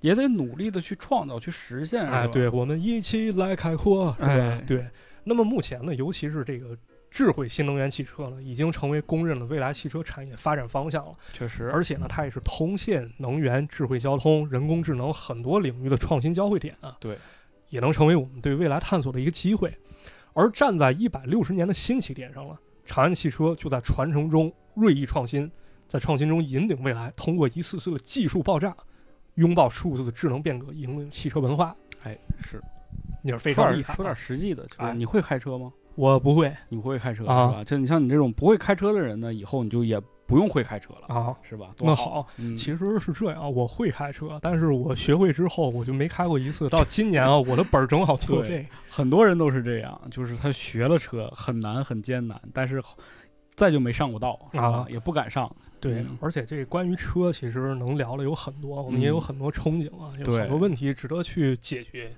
S1: 也得努力的去创造、去实现。
S2: 哎，
S1: 是吧，
S2: 对，我们一起来开阔，是吧？
S1: 哎
S2: 对。那么目前呢，尤其是这个智慧新能源汽车呢，已经成为公认的未来汽车产业发展方向了。
S1: 确实，
S2: 而且呢，它也是通信、能源、智慧交通、人工智能很多领域的创新交汇点啊。
S1: 对，
S2: 也能成为我们对未来探索的一个机会。而站在一百六十年的新起点上了，长安汽车就在传承中锐意创新，在创新中引领未来，通过一次次的技术爆炸，拥抱数字智能变革，引领汽车文化，
S1: 哎，是
S2: 也是非
S1: 说
S2: 常
S1: 点
S2: 厉害啊。
S1: 说点实际的，就是
S2: 哎
S1: 你会开车吗？
S2: 我不会
S1: 你不会开车是
S2: 啊
S1: 吧？就你像你这种不会开车的人呢，以后你就也不用会开车了，
S2: 啊。
S1: 是吧？多
S2: 那
S1: 好。
S2: 好，
S1: 嗯，
S2: 其实是这样啊，我会开车，但是我学会之后我就没开过一次。到今年啊， 我的本儿正好作
S1: 对
S2: 废，
S1: 很多人都是这样，就是他学了车很难很艰难，但是再就没上过道
S2: 啊
S1: 也不敢上。
S2: 对
S1: 嗯，
S2: 而且这关于车其实能聊的有很多，我们也有
S1: 嗯
S2: 很多憧憬啊，有
S1: 对
S2: 很多问题值得去解决。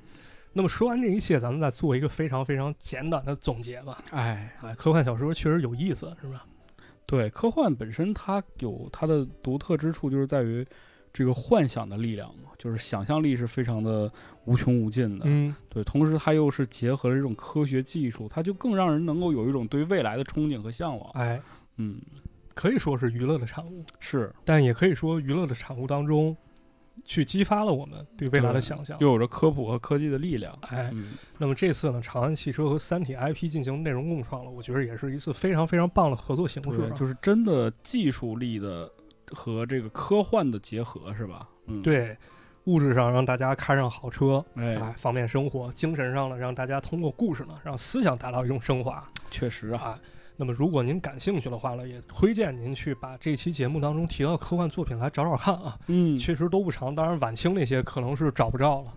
S2: 那么说完这一切，咱们再做一个非常非常简短的总结吧。
S1: 哎，
S2: 哎，科幻小说确实有意思，是吧？
S1: 对，科幻本身它有它的独特之处，就是在于这个幻想的力量嘛，就是想象力是非常的无穷无尽的。
S2: 嗯，
S1: 对，同时它又是结合了这种科学技术，它就更让人能够有一种对未来的憧憬和向往。
S2: 哎，
S1: 嗯，
S2: 可以说是娱乐的产物，
S1: 是
S2: 但也可以说娱乐的产物当中，去激发了我们对未来
S1: 对
S2: 的想象。
S1: 又有着科普和科技的力量。
S2: 哎，
S1: 嗯，
S2: 那么这次呢，长安汽车和三体 IP 进行内容共创了，我觉得也是一次非常非常棒的合作形式
S1: 对
S2: 啊。，
S1: 就是真的技术力的和这个科幻的结合，是吧？嗯，，
S2: 对，物质上让大家开上好车，哎
S1: 哎，，
S2: 方便生活；精神上呢，让大家通过故事呢，让思想达到一种升华
S1: 确实啊，
S2: 啊。那么，如果您感兴趣的话呢，也推荐您去把这期节目当中提到的科幻作品来找找看啊，
S1: 嗯，
S2: 确实都不长。当然，晚清那些可能是找不着了，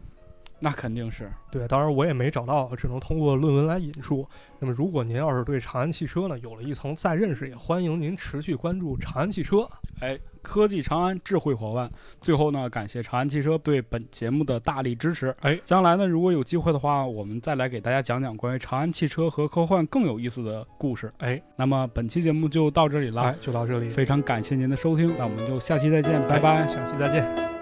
S1: 那肯定是，
S2: 对，当然我也没找到，只能通过论文来引述。那么，如果您要是对长安汽车呢有了一层再认识，也欢迎您持续关注长安汽车。
S1: 哎，科技长安，智慧伙伴。最后呢，感谢长安汽车对本节目的大力支持。
S2: 哎
S1: 将来呢，如果有机会的话，我们再来给大家讲讲关于长安汽车和科幻更有意思的故事。
S2: 哎，
S1: 那么本期节目就到这里了，
S2: 来，就到这里，
S1: 非常感谢您的收听，那我们就下期再见，拜拜。
S2: 哎下期再见。